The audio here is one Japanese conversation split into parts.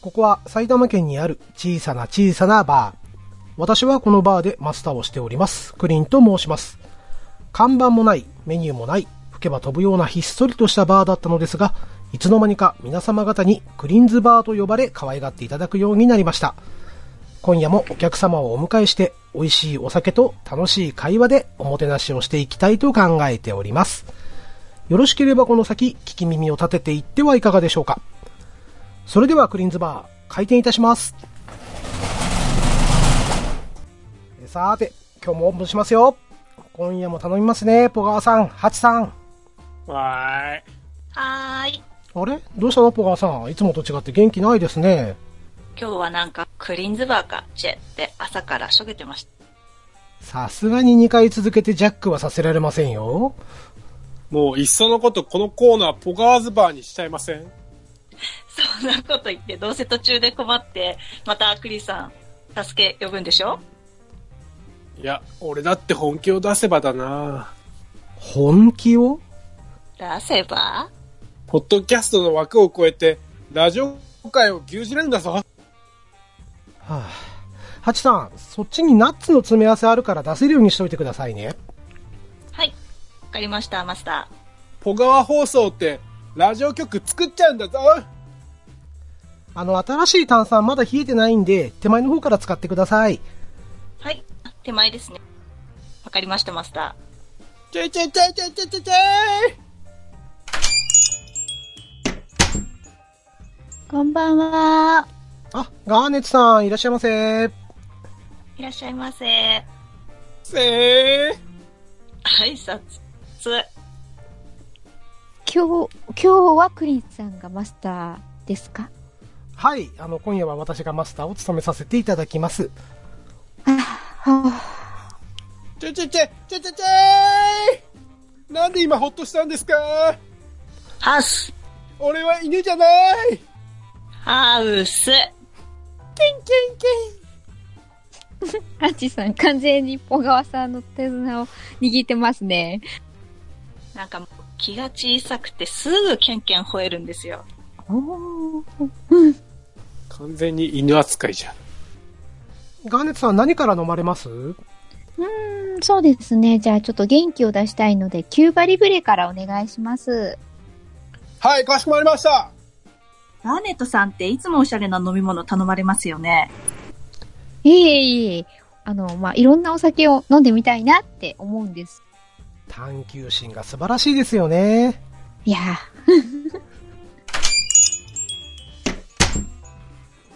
ここは埼玉県にある小さな小さなバー。私はこのバーでマスターをしております。クリンと申します。看板もない、メニューもない、吹けば飛ぶようなひっそりとしたバーだったのですが、いつの間にか皆様方にクリンズバーと呼ばれ可愛がっていただくようになりました。今夜もお客様をお迎えして、美味しいお酒と楽しい会話でおもてなしをしていきたいと考えております。よろしければこの先、聞き耳を立てていってはいかがでしょうか。それではクリンズバー、開店いたします。えさーて、今日もオープンしますよ。今夜も頼みますね、ポガワさん、ハチさん。わーい。はーい。あれどうしたのポガワさん。いつもと違って元気ないですね。今日はなんかクリーンズバーか、チェって朝からしょげてました。 さすがに2回続けてジャックはさせられませんよ。もう、いっそのこと、このコーナー、ポガーズバーにしちゃいませんそんなこと言って、どうせ途中で困って、またクリさん、助け呼ぶんでしょいや、俺だって本気を出せばだな本気を出せばポッドキャストの枠を超えて、ラジオ界を牛耳れるんだぞ。はあ、ハチさん、そっちにナッツの詰め合わせあるから出せるようにしといてくださいね。はい。わかりました、マスタポガワ放送って、ラジオ局作っちゃうんだぞあの、新しい炭酸まだ冷えてないんで、手前の方から使ってください。ー。はい。あ手前ですね。わかりました、マスタちょいちょいちょいちょいちょいちょいちょいこんばんは。あ、ガーネットさん、いらっしゃいませ。ー。いらっしゃいませ。挨せー拶。今日、今日はクリンさんがマスターですかはい、あの、今夜は私がマスターを務めさせていただきます。はあちょいちょいちょいちょいちょいちょいなんで今ほっとしたんですかハウス。俺は犬じゃないキンハウス。キンキンハチさん、完全に小川さんの手綱を握ってますね。なんかもう気が小さくてすぐケンケン吠えるんですよ。お完全に犬扱いじゃん。ガーネットさん、何から飲まれますうん、そうですね。じゃあちょっと元気を出したいので、キューバリブレからお願いします。はい、かしこまりましたラーネットさんっていつもおしゃれな飲み物頼まれますよね。いえいえいえ、あの、まあ、いろんなお酒を飲んでみたいなって思うんです。探求心が素晴らしいですよね。いやー、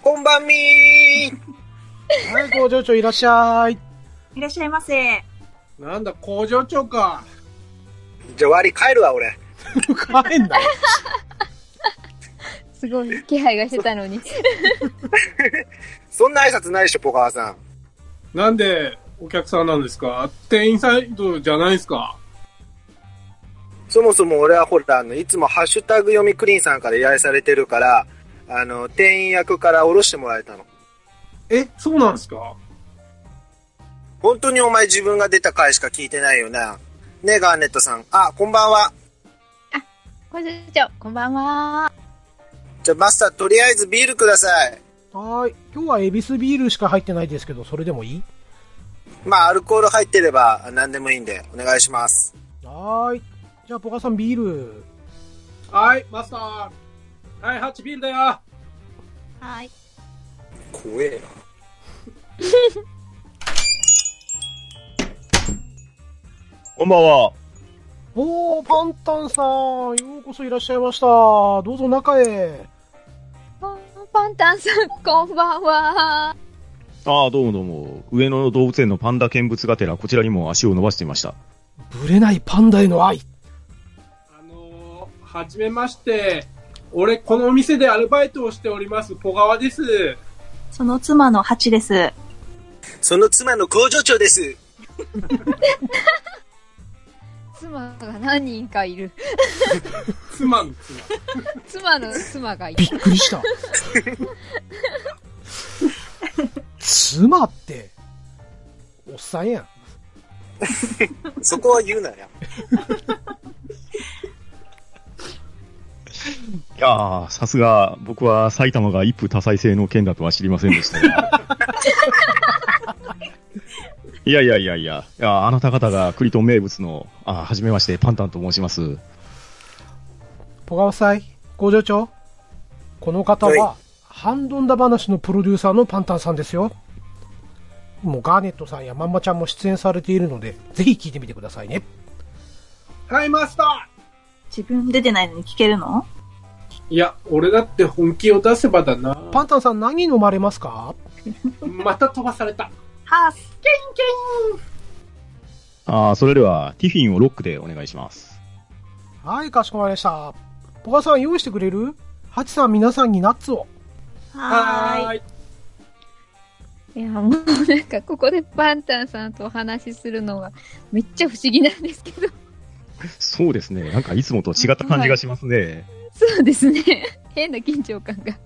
こんばんみーはい、工場長いらっしゃい。いらっしゃいませ。なんだ、工場長か。じゃあ割り帰るわ、俺。帰んだよ。すごい気配がしてたのに。そんな挨拶ないでしょ、ポカワさん。なんで、お客さんなんですか店員サイドじゃないですかそもそも俺はほら、あの、いつもハッシュタグ読みクリーンさんから依頼されてるから、あの、店員役から降ろしてもらえたの。え、そうなんですか本当にお前自分が出た回しか聞いてないよな。ねえ、ガーネットさん。あ、こんばんは。 こんにちは、こんばんは。じゃあマスター、とりあえずビールください。はーい。今日はエビスビールしか入ってないですけど、それでもいいまあ、アルコール入ってれば何でもいいんで、お願いします。はーい。じゃあ、ポカさんビール。はい、マスター。はい、ハッチビールだよ。はい。怖えな。こんばんは。おー、パンタンさん、ようこそいらっしゃいました。どうぞ中へ。パンパンタンさん、こんばんは。ああ、どうもどうも。上野動物園のパンダ見物がてら、こちらにも足を伸ばしていました。ぶれないパンダへの愛。あのー、はじめまして。俺、このお店でアルバイトをしております、小川です。その妻のハチです。その妻の工場長です。妻が何人かいる。妻の妻。妻の妻がいるび。っくりした。妻って、おっさんやん。そこは言うなよ。いやー、さすが、僕は埼玉が一夫多妻制の県だとは知りませんでした が。いやいやいやいや、いやあなた方がクリトン名物の、あ、はじめまして、パンタンと申します。ポガオサイ、工場長。この方は、はハンドンダ話のプロデューサーのパンタンさんですよ。もうガーネットさんやまんまちゃんも出演されているので、ぜひ聞いてみてくださいね。はい、マスタ自分出てないのに聞けるのーいや、俺だって本気を出せばだな。パンタンさん何飲まれますかまた飛ばされた。はす。あーそれでは、ティフィンをロックでお願いします。はい、かしこまりました。ポガさん用意してくれるハチさん皆さんにナッツを。はーい。い。いや、もうなんかここでパンタンさんとお話しするのがめっちゃ不思議なんですけど。 そうですね、なんかいつもと違った感じがしますね。そうですね。 変な緊張感が。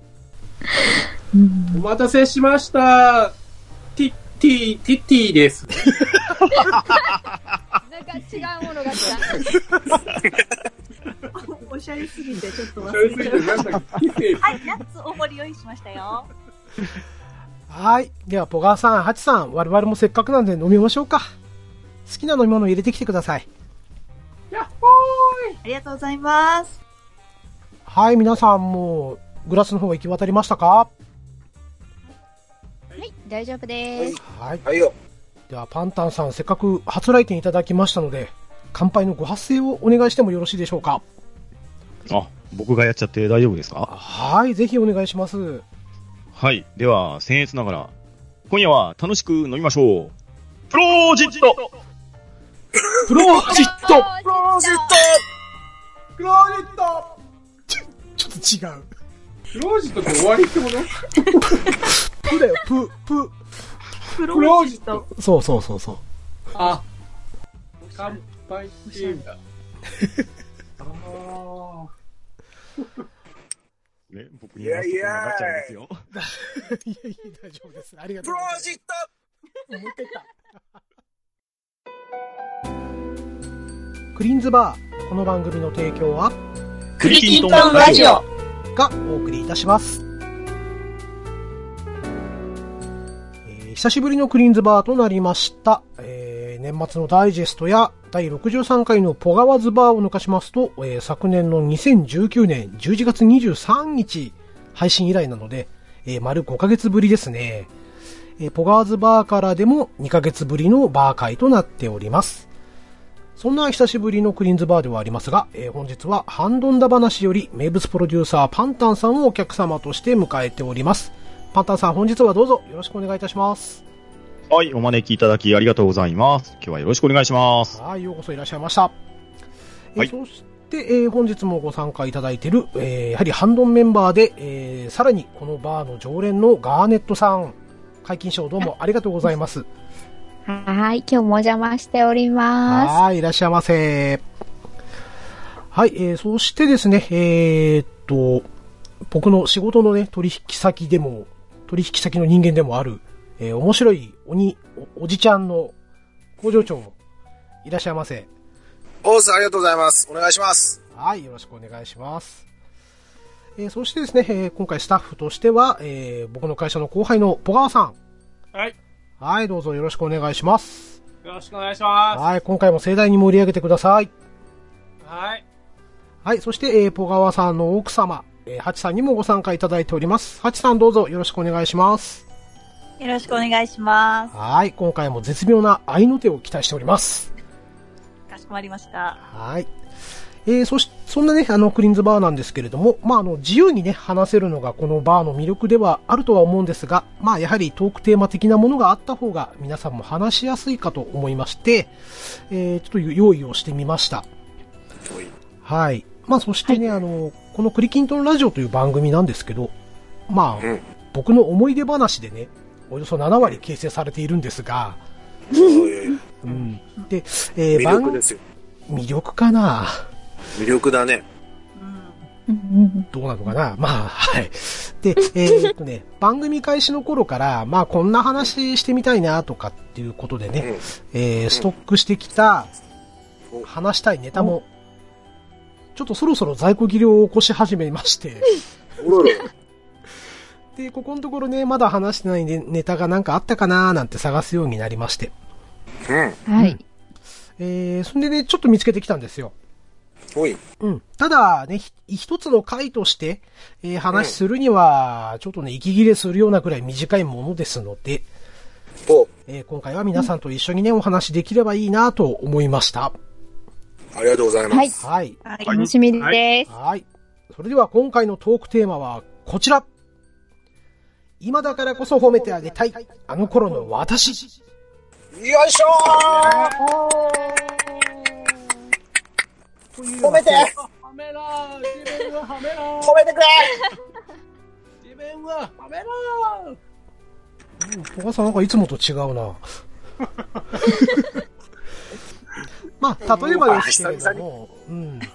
お待たせしました。ティッティ、ティッティです。なんか違うものが来た。おしゃれすぎてちょっとそ忘れすれちぎゃてう。なんだっけティッティはい、ナッツ大盛り用意しましたよ。はい。では、ポガさん、ハチさん、我々もせっかくなんで飲みましょうか。好きな飲み物入れてきてください。やっほーい。ありがとうございます。はい、皆さんもう、グラスの方行き渡りましたかはい、大丈夫です。はい。はいよ。では、パンタンさん、せっかく初来店いただきましたので、乾杯のご発声をお願いしてもよろしいでしょうかあ、僕がやっちゃって大丈夫ですかはい、ぜひお願いします。はい。では、僭越ながら、今夜は楽しく飲みましょう。プロジェクトプロージットプロジェククロージットちょっと違う。クロージットって終わりってことプだよ、プ、プ。ククロージット。。そうそうそうそう。あ、乾杯っていうんだ。あーね、僕に話すことになっちゃうんですよ。 いやいや、大丈夫です。ありがプとうロございます。ジェク持トってった。クリーンズバー、この番組の提供は、クリキントンラジオ。がお送りいたします。えー久しぶりのクリーンズバーとなりました。えー年末のダイジェストや第63回のポガワズバーを抜かしますと、えー昨年の2019年11月23日配信以来なので、えー丸5ヶ月ぶりですね。えーポガワズバーからでも2ヶ月ぶりのバー会となっております。そんな久しぶりのクリーンズバーではありますが、えー本日はハンドンダ話より名物プロデューサーパンタンさんをお客様として迎えております。パンタンさん、本日はどうぞよろしくお願いいたします。はい、お招きいただきありがとうございます。今日はよろしくお願いします。はい、ようこそいらっしゃいました。えーはいそして、えー本日もご参加いただいている、えーやはりハンドンメンバーで、えーさらにこのバーの常連のガーネットさん、解禁賞どうもありがとうございます。トはい、今日もお邪魔しております。はい、いらっしゃいませ。はい、えー、そしてですね、えーっと、僕の仕事のね、取引先でも、取引先の人間でもある、えー面白い鬼、おおじちゃんの工場長、いらっしゃいませ。オースありがとうございます。お願いします。はい、よろしくお願いします。えーそしてですね、えー今回スタッフとしては、えー僕の会社の後輩の小川さん。はい。はい、どうぞよろしくお願いします。よろしくお願いしまはい、今回も盛大に盛り上げてください。す。はい。はい、そして、えー、ポガワさんの奥様、えー、ハチさんにもご参加いただいております。ハチさんどうぞよろしくお願いします。よろしくお願いしまはい、今回も絶妙な愛の手を期待しております。す。かしこまりました。はい。えー、そし、そんなね、あの、クリーンズバーなんですけれども、まあ、あの、自由にね、話せるのがこのバーの魅力ではあるとは思うんですが、まあ、やはりトークテーマ的なものがあった方が、皆さんも話しやすいかと思いまして、えー、ちょっと用意をしてみました。はい。まあ、そしてね、あの、このクリキントンラジオという番組なんですけど、まあ、うん僕の思い出話でね、およそ7割形成されているんですが、そういううん。で、えー、魅力番ですよ。魅力かな魅力だね。うん。うんうんどうなのかなまあ、はい。で、えーっとね、 番組開始の頃から、まあ、こんな話してみたいなとかっていうことでうね、ん。えーストックしてきたお、話したいネタも、ちょっとそろそろ在庫切れを起こし始めまして、おろろ。で、ここのところね、まだ話してないねネタがなんかあったかなーなんて探すようになりまして。うん。はい。えー、そんでね、ちょっと見つけてきたんですよ。おい。うん。ただね、ひ一つの回として、えー話するには、ちょっとね、息切れするようなくらい短いものですので、おえー今回は皆さんと一緒にね、お話できればいいなと思いました。ありがとうございます。はい。はい。はい。楽しみです。はい。それでは今回のトークテーマはこちら。今だからこそ褒めてあげたい。あの頃の私。よいしょー褒めてはめろ自分ははめろ褒めてくれ自分ははめろお母さんなんかいつもと違うな。 まあ、例えばですけれども、うんね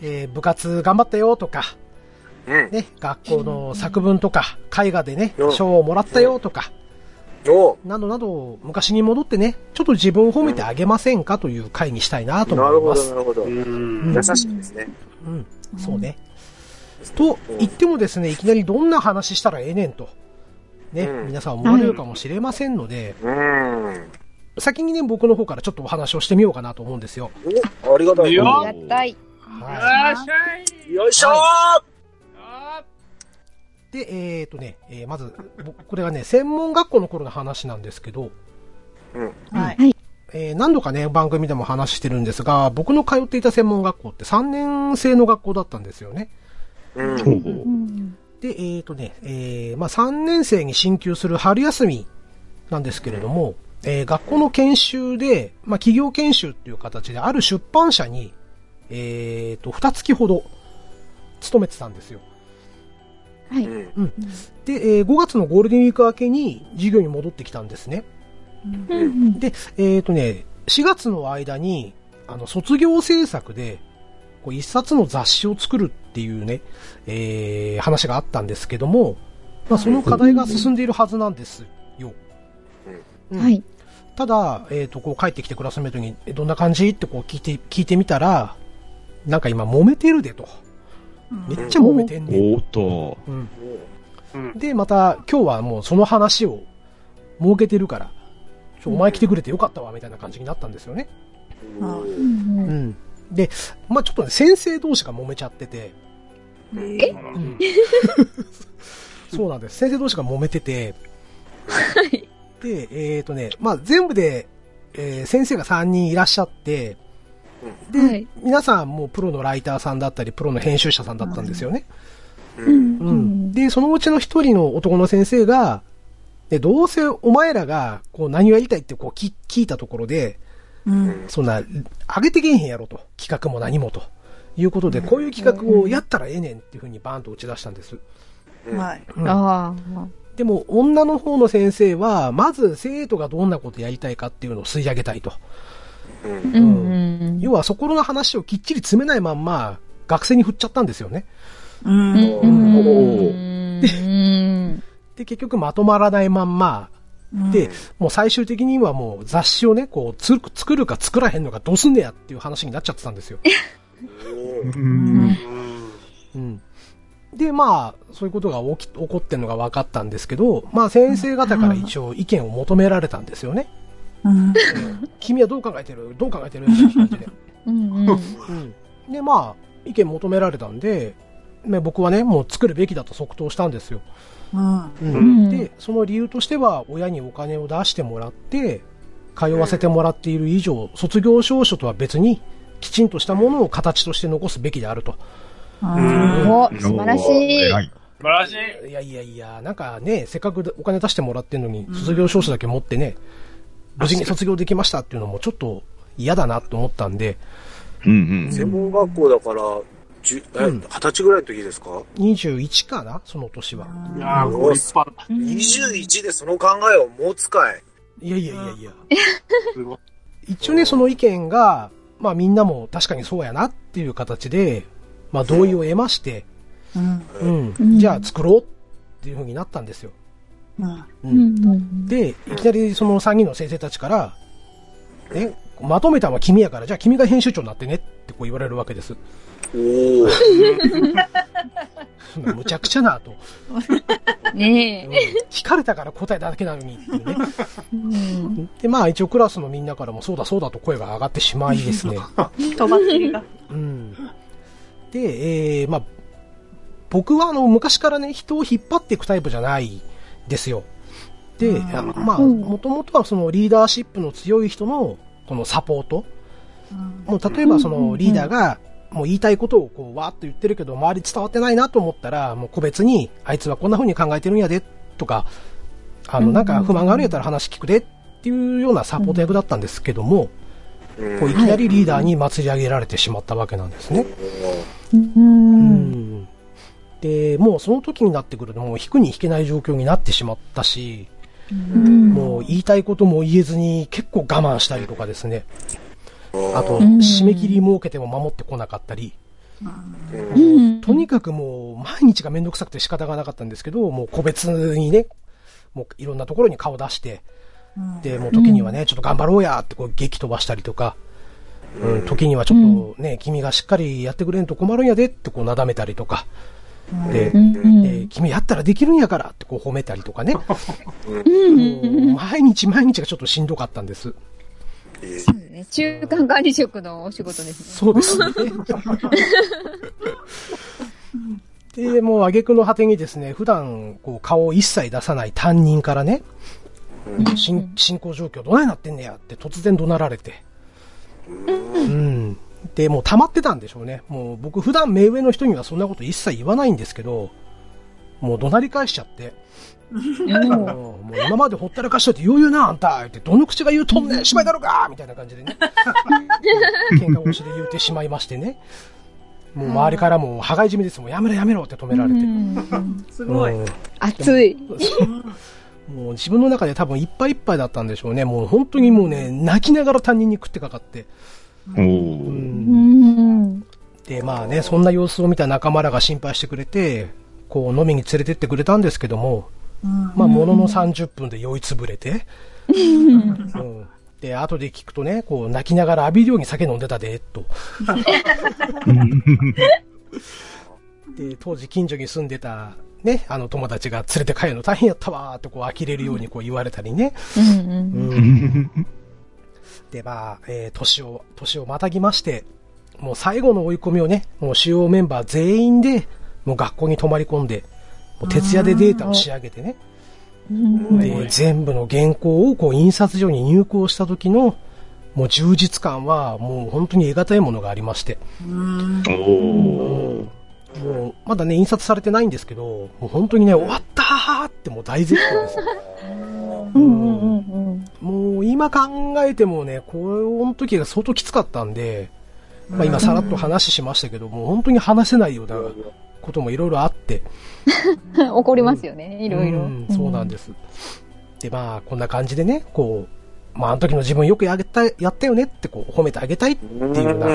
えー部活頑張ったよとか、うん。ね、学校の作文とか、絵画でねう、ん賞をもらったよとか、おなどなど、昔に戻ってね、ちょっと自分を褒めてあげませんかという回にしたいなとなる思いまほど、すな。るほど。優うんしいですね。うん、そうね。と言ってもですね、いきなりどんな話したらええねんと、ね、うん皆さん思われるかもしれませんので、うん。先にね、僕の方からちょっとお話をしてみようかなと思うんですよ。おありがたい。いいよやったい。はよっしゃいよいしょあい。で、えっ、とね、えーまず、僕これがね、専門学校の頃の話なんですけど、はい。えー何度かね、番組でも話してるんですが、僕の通っていた専門学校って3年生の学校だったんですよね。ーうん。ほうほううんで、えっ、とね、えーまあ3年生に進級する春休みなんですけれども、えー学校の研修で、まあ企業研修っていう形で、ある出版社に、えっ、と、二月ほど勤めてたんですよ。はい。うん。で、え5月のゴールデンウィーク明けに授業に戻ってきたんですね。うんで、えっ、とね、4月の間に、あの、卒業制作で、こう一冊の雑誌を作るっていうね、えー話があったんですけども、まあ、その課題が進んでいるはずなんですよ。うんはい。ただ、えっ、と、こう帰ってきてクラスメートに、えどんな感じってこう聞いて、聞いてみたら、なんか今揉めてるでと。めっちゃ揉めてんねんおーっと。うんうんで、また、今日はもうその話を設けてるから、ちょお前来てくれてよかったわ、みたいな感じになったんですよね。うんうん。で、まあちょっとね、先生同士が揉めちゃってて、えうんそうなんです。先生同士が揉めてて、で、えっ、とね、まあ全部で、えー先生が3人いらっしゃって、はい。皆さんもうプロのライターさんだったり、プロの編集者さんだったんですよね。うん。う。うんで、そのうちの一人の男の先生が、でどうせお前らが、こう何をやりたいってこう聞聞いたところで、うん。そんな、上げてけえへんやろと。企画も何もと。いうことで、こういう企画をやったらええねんっていうふうにバーンと打ち出したんです。はい。うんあでも、女の方の先生は、まず生徒がどんなことやりたいかっていうのを吸い上げたいと。あ。うんうん。要は、そこの話をきっちり詰めないまんま、学生に振っちゃったんですよね。うん。うん。うんおうんで、結局まとまらないまんま、で、もう最終的にはもう雑誌をね、こう、つ作るか作らへんのかどうすんねやっていう話になっちゃってたんですよ。うん。で、まあ、そういうことが起き、起こってんのが分かったんですけど、まあ先生方から一応意見を求められたんですよね。うん。君はどう考えてるどう考えてるみたいな感じで。うん うん。うん。で、まあ、意見求められたんで、ね、僕はね、もう作るべきだと即答したんですよ。んで、その理由としては、親にお金を出してもらって、通わせてもらっている以上、卒業証書とは別に、きちんとしたものを形として残すべきであると。お、素晴らしい。偉い。素晴らしいいやいやいや、なんかね、せっかくお金出してもらってるのに、卒業証書だけ持ってね、無事に卒業できましたっていうのもちょっと嫌だなと思ったんで、うん専門学校だから、じゅえうん二十歳ぐらいの時ですか21かなその年は。いやーご立派だ ?21 でその考えを持つかい。いやいやいやいや。すごい一応ね、その意見が、まあみんなも確かにそうやなっていう形で、まあ同意を得まして、うんうんじゃあ作ろうっていう風になったんですよ。うんうんで、いきなりその3人の先生たちから、ね、まとめたのは君やから、じゃあ君が編集長になってねってこう言われるわけです。おお。そんなむちゃくちゃなと。ねえ。聞かれたから答えただけなのにっていうね。うん。で、まあ一応クラスのみんなからもそうだそうだと声が上がってしまいですね。とばっちりが。うん。で、えーまあ、僕はあの、昔からね、人を引っ張っていくタイプじゃないですよ。で、あのまあ、うんもともとはそのリーダーシップの強い人の、このサポート。もう例えばそうんうんうのんリーダーが、もう言いたいことをこう、わーっと言ってるけど、周り伝わってないなと思ったら、もう個別に、あいつはこんな風に考えてるんやで、とか、あの、なんか不満があるんやったら話聞くで、っていうようなサポート役だったんですけども、うんこういきなりリーダーに祭り上げられてしまったわけなんですね。うん。でもうその時になってくるともう引くに引けない状況になってしまったし、もう言いたいことも言えずに結構我慢したりとかですねあとうん締め切り設けても守ってこなかったりうん。とにかくもう毎日が面倒くさくて仕方がなかったんですけどもう個別にねもういろんなところに顔出してでもう時にはねちょっと頑張ろうやってこう激飛ばしたりとか、うん、時にはちょっとね、君がしっかりやってくれんと困るんやでってこうなだめたりとかで、うん。えー君やったらできるんやからってこう褒めたりとか ね、もう毎日毎日がちょっとしんどかったんです。そうですね。中間管理職のお仕事ですそね。うですね。で、もう挙句の果てにですね、普段こう顔を一切出さない担任からね、進進行状況どないなってんねやって突然怒鳴られて。うん。で、もう溜まってたんでしょうね。もう僕普段目上の人にはそんなこと一切言わないんですけど、もう怒鳴り返しちゃって。うんもう今までほったらかしといてよう言うな、あんた言って、どの口が言うとんねん、芝居だろうかみたいな感じでね。喧嘩腰で言うてしまいましてね。もう周りからも、羽交い締めです。もうやめろやめろって止められて。うんすごい。うん熱い。もう自分の中で多分いっぱいいっぱいだったんでしょうね。もう本当にもうね、泣きながら担任に食ってかかって。おうーんうん。で、まあね、そんな様子を見た仲間らが心配してくれて、こう飲みに連れてってくれたんですけども、まあ、ものの30分で酔いつぶれて、うん、で、後で聞くとね、こう泣きながら浴びるように酒飲んでたで、と。で、当時近所に住んでた、ね、あの友達が連れて帰るの大変やったわーってこう呆れるようにこう言われたりね。うん。で、まあ、えー年を、年をまたぎまして、もう最後の追い込みをね、もう主要メンバー全員で、もう学校に泊まり込んで、もう徹夜でデータを仕上げてね、うん。で、全部の原稿をこう印刷所に入稿した時の、もう充実感は、もう本当に得難いものがありまして、おーもう、まだね、印刷されてないんですけど、もう本当にね、終わったーってもう大絶叫です。うん。うん。もう今考えてもね、この時が相当きつかったんで、まあ今さらっと話しましたけど、もう本当に話せないようなこともいろいろあって、怒りますよね。いろいうろん。そうなんです。で、まあこんな感じでね、こう、まああの時の自分よくやげた、やったよねってこう褒めてあげたいっていうような、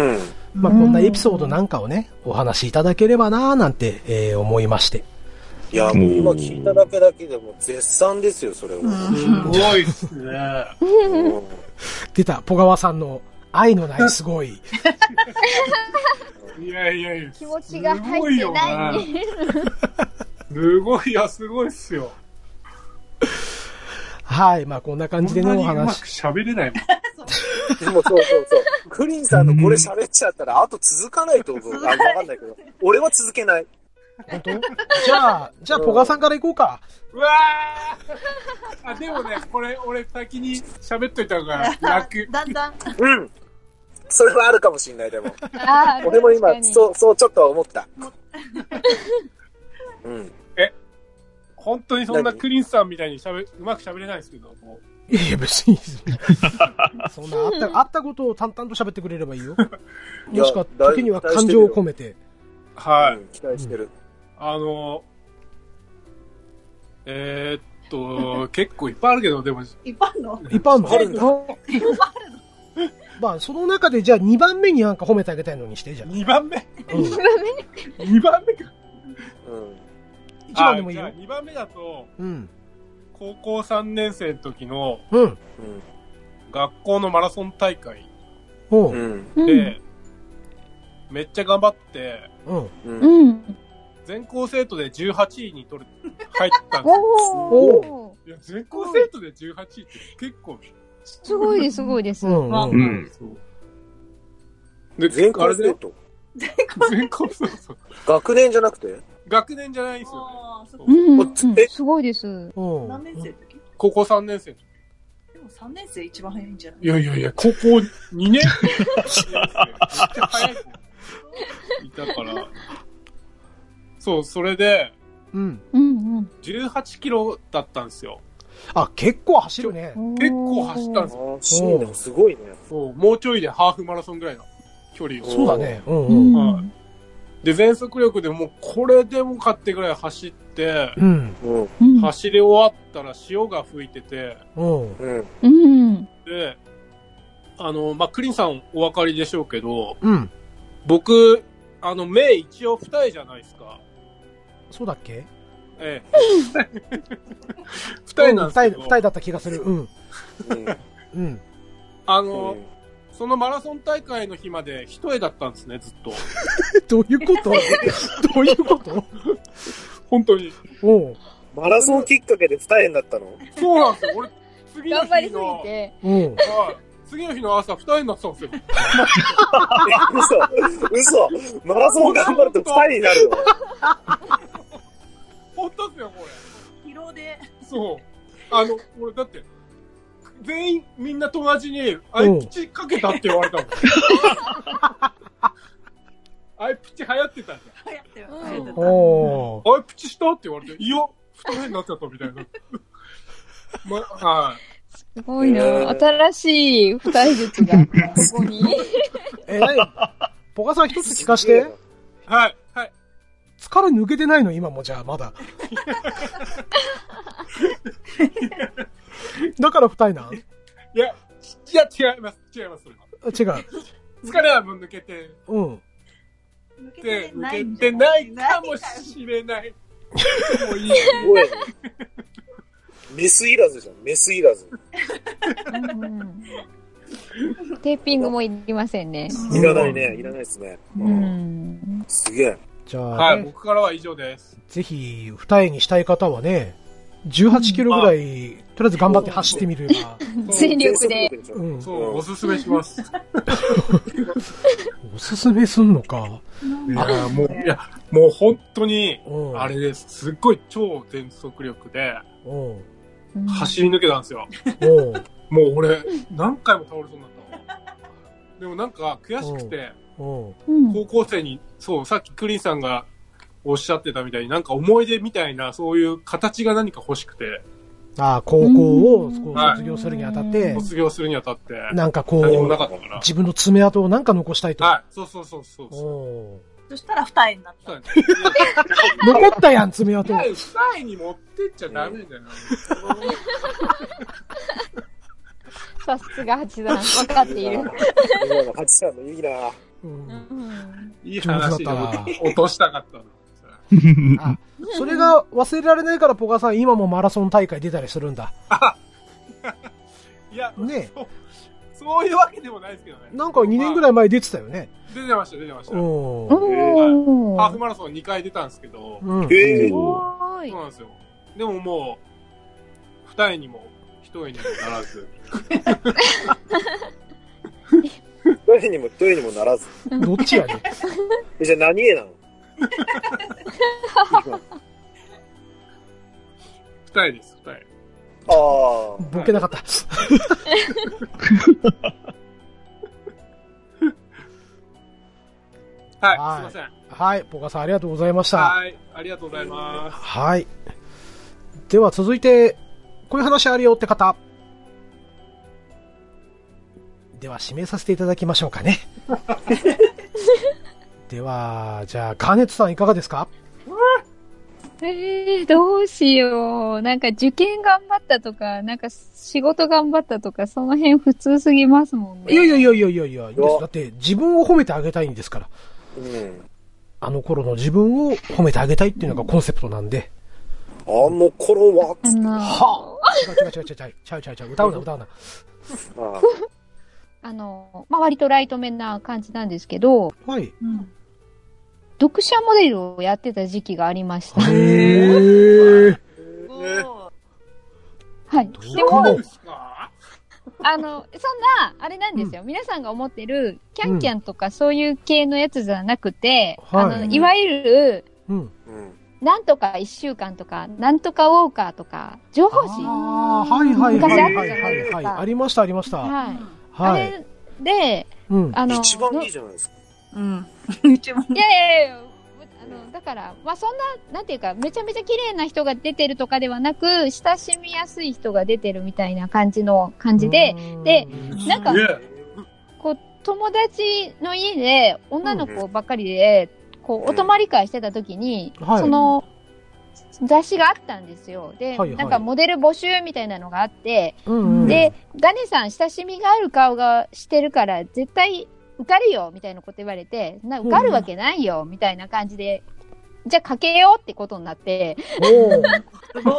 まあこんなエピソードなんかをね、お話しいただければなぁなんて、えー思いまして。いや、もう今聞いただけだけでも絶賛ですよ、それは。すごいっすね。うん出た、小川さんの愛のないすごい。いやいやいや。気持ちが入ってないね。すごいよな。すごい、いや、すごいっすよ。はい、まあこんな感じでね、こんおなにうま話く。喋れないもん。でもそうそうそう。クリンさんのこれ喋っちゃったら、あと続かないと思う。あ、わかんないけど。俺は続けない。本当じゃあ、じゃあ、ポガさんから行こうか。うわーあ、でもね、これ、俺先に喋っといた方が楽。だんだん。うん。それはあるかもしんない、でも。ああ、 俺も確か今、にそう、そう、ちょっと思 った。うん。本当にそんなクリンさんみたいに喋、うまく喋れないですけど、もいやいや、別にいいです。 そんな、あった、あったことを淡々と喋ってくれればい いよ。いやもしくは、時には感情を込めて。うはい。うん期待してる。あの、えーっと、結構いっぱいあるけど、でも、いっぱいあるのいっぱいあるのあるんだ まあ、その中で、じゃあ、2番目になんか褒めてあげたいのにして、じゃあ。 2番目うん、 ?2 番目か。うん。 1番でもいいよ。 2番目だと、うん。高校3年生の時のうん。うん学校のマラソン大会おう。うんうん。で、めっちゃ頑張って、うん。うん。うん。全校生徒で18位に取れ、入ったんでおお。すよ。いや全校生徒で18位って結構、すごいです、すごいです。う。うんまあうん。んで、全あ校れだ生よ徒全校そうそう。学年じゃなくて学年じゃないんですよ、ね。ああ、そっか。ん。うおんつえすごいです。うん。何年生の時高校3年生。でも3年生一番早いんじゃないいやいやいや、高校2年生。めっちゃ早いですね。いたから。そう、それで、うん。うんうん。 18キロだったんですよ。あ、結構走るね。結構走ったんですよ。シーンすごいね。そうもうちょいでハーフマラソンぐらいの距離おを。そうだね。うんううん。はん。で、全速力でもうこれでもかってぐらい走って、うん。うん。うん。走り終わったら潮が吹いてて、うん。うん。うん。で、あの、まあ、クリンさんお分かりでしょうけど、うん。僕、あの、目一応二重じゃないですか。そうだっけええ。二重なんですけうんど、二重だった気がする。うん。うん。あうのん。、そのマラソン大会の日まで一重だったんですね、ずっと。どういうこと どういうこと本当に。おう。マラソンきっかけで二重だったのそうなんですよ。俺、次の 頑張り日すぎの、て。うん。はい次の日の朝二重になってたんですよ。嘘嘘マラソン頑張ると二重になるの本当ですよ、これ。疲労で。そう。あの、俺、だって、全員、みんな友達に、あいピチかけたって言わ れたもん。あいピチ流行ってたじゃん。流行ってる。うん流行ってたおう。あれ、プチしたって言われて、いや、二重になっちゃったみたいな。 ま、はすごいな。えー新しい二重術が、ここに。え、なにポカさん一つ聞かして。い。はい。はい。疲れ抜けてないの今もじゃあ、まだ。だから二重なんいや、いや、違います。違います、それは。違う。疲れはもう抜けて、うん。抜けでて抜ないけんじてゃなないいかもしれない。でもいい。すごいね。メスいらずじゃん。メスいらず。うんテーピングもいりませんね。いらないね。いらないですね。うん。すげえ。じゃあ、はい、僕からは以上 です。ぜひ、二重にしたい方はね、18キロぐらい、とりあえず頑張って走ってみれば、全力で。全う速ん。そう、おすすめします。おすすめすんのか。いや、もう、いや、もう本当に、うん。あれです。すっごい超全速力で、うん。お走り抜けたんですよ。う。もう俺、何回も倒れそうになったわ。でもなんか、悔しくて、おう。うん高校生に、そう、さっきクリンさんがおっしゃってたみたいに、なんか思い出みたいな、そういう形が何か欲しくて、ああ、高校をこうはい卒業するにあたって、卒業するにあたって、なんかこ何もなう、かったから。自分の爪痕をなんか残したいと。はい、そうそうそうそうそう。おうそしたら二重になっそうた。だね残ったやん、爪痕。二重二重に持ってっちゃダメだよ。さすが八段、分かっている。今の八さんのいいな。うん いい話上で手だったな落としたかったの。あそれが忘れられないから、ポカさん、今もマラソン大会出たりするんだ。いや、ねそうそういうわけでもないですけどね。なんか2年ぐらい前出てたよね。出てました、出てました。おう。おハーフー。マラソン2回出たんですけど、うん。ええすごいそう。なんですよ。でももう、二重にも一重にもならず。 どれにも、どれにもならず。どっちやねん。えじゃあ何絵な の二重です、二重。ああ。ボケなかった。ははいい、すいません。はい、ポカさんありがとうございました。はい、ありがとうございます。はい。では続いて、こういう話あるよって方。では、締めさせていただきましょうか ね。では、じゃあ、ガーネットさんいかがですかえー、どうしよう。なんか受験頑張ったとか、なんか仕事頑張ったとか、その辺普通すぎますもんね。いやいやいやいやいやいや、いいですだって自分を褒めてあげたいんですから。うん。あの頃の自分を褒めてあげたいっていうのがコンセプトなんで。あの頃は、あのはぁ違う違う違う違う違う違う違う違う、歌うな歌うな。ああの、まあ、割とライトめな感じなんですけど、はい。うん。読者モデルをやってた時期がありました。へー。おーはい。どうでかも、すかあの、そんな、あれなんですよ。皆さんが思ってる、キャンキャンとかそういう系のやつじゃなくて、はいあの、いわゆる、うん。うん。なんとか一週間とか、なんとかウォーカーとか、情報誌。ああ、はいはいはいはいはいはい。ありました、ありました。はい。あはい。れで、うん。あの、一番のいいじゃないですか。うん。 一番いやいやいや、あの、だから、まあ、そんな、なんていうか、めちゃめちゃ綺麗な人が出てるとかではなく、親しみやすい人が出てるみたいな感じの感じで、でなんかすげえこう、友達の家で、女の子ばっかりで、こう、お泊まり会してた時に、はいその、雑誌があったんですよ。で、はいはいなんかモデル募集みたいなのがあって、うんうんで、ダネさん親しみがある顔がしてるから、絶対受かるよ、みたいなこと言われて、な受かるわけないよ、みたいな感じで、じゃあかけようってことになって、おーすご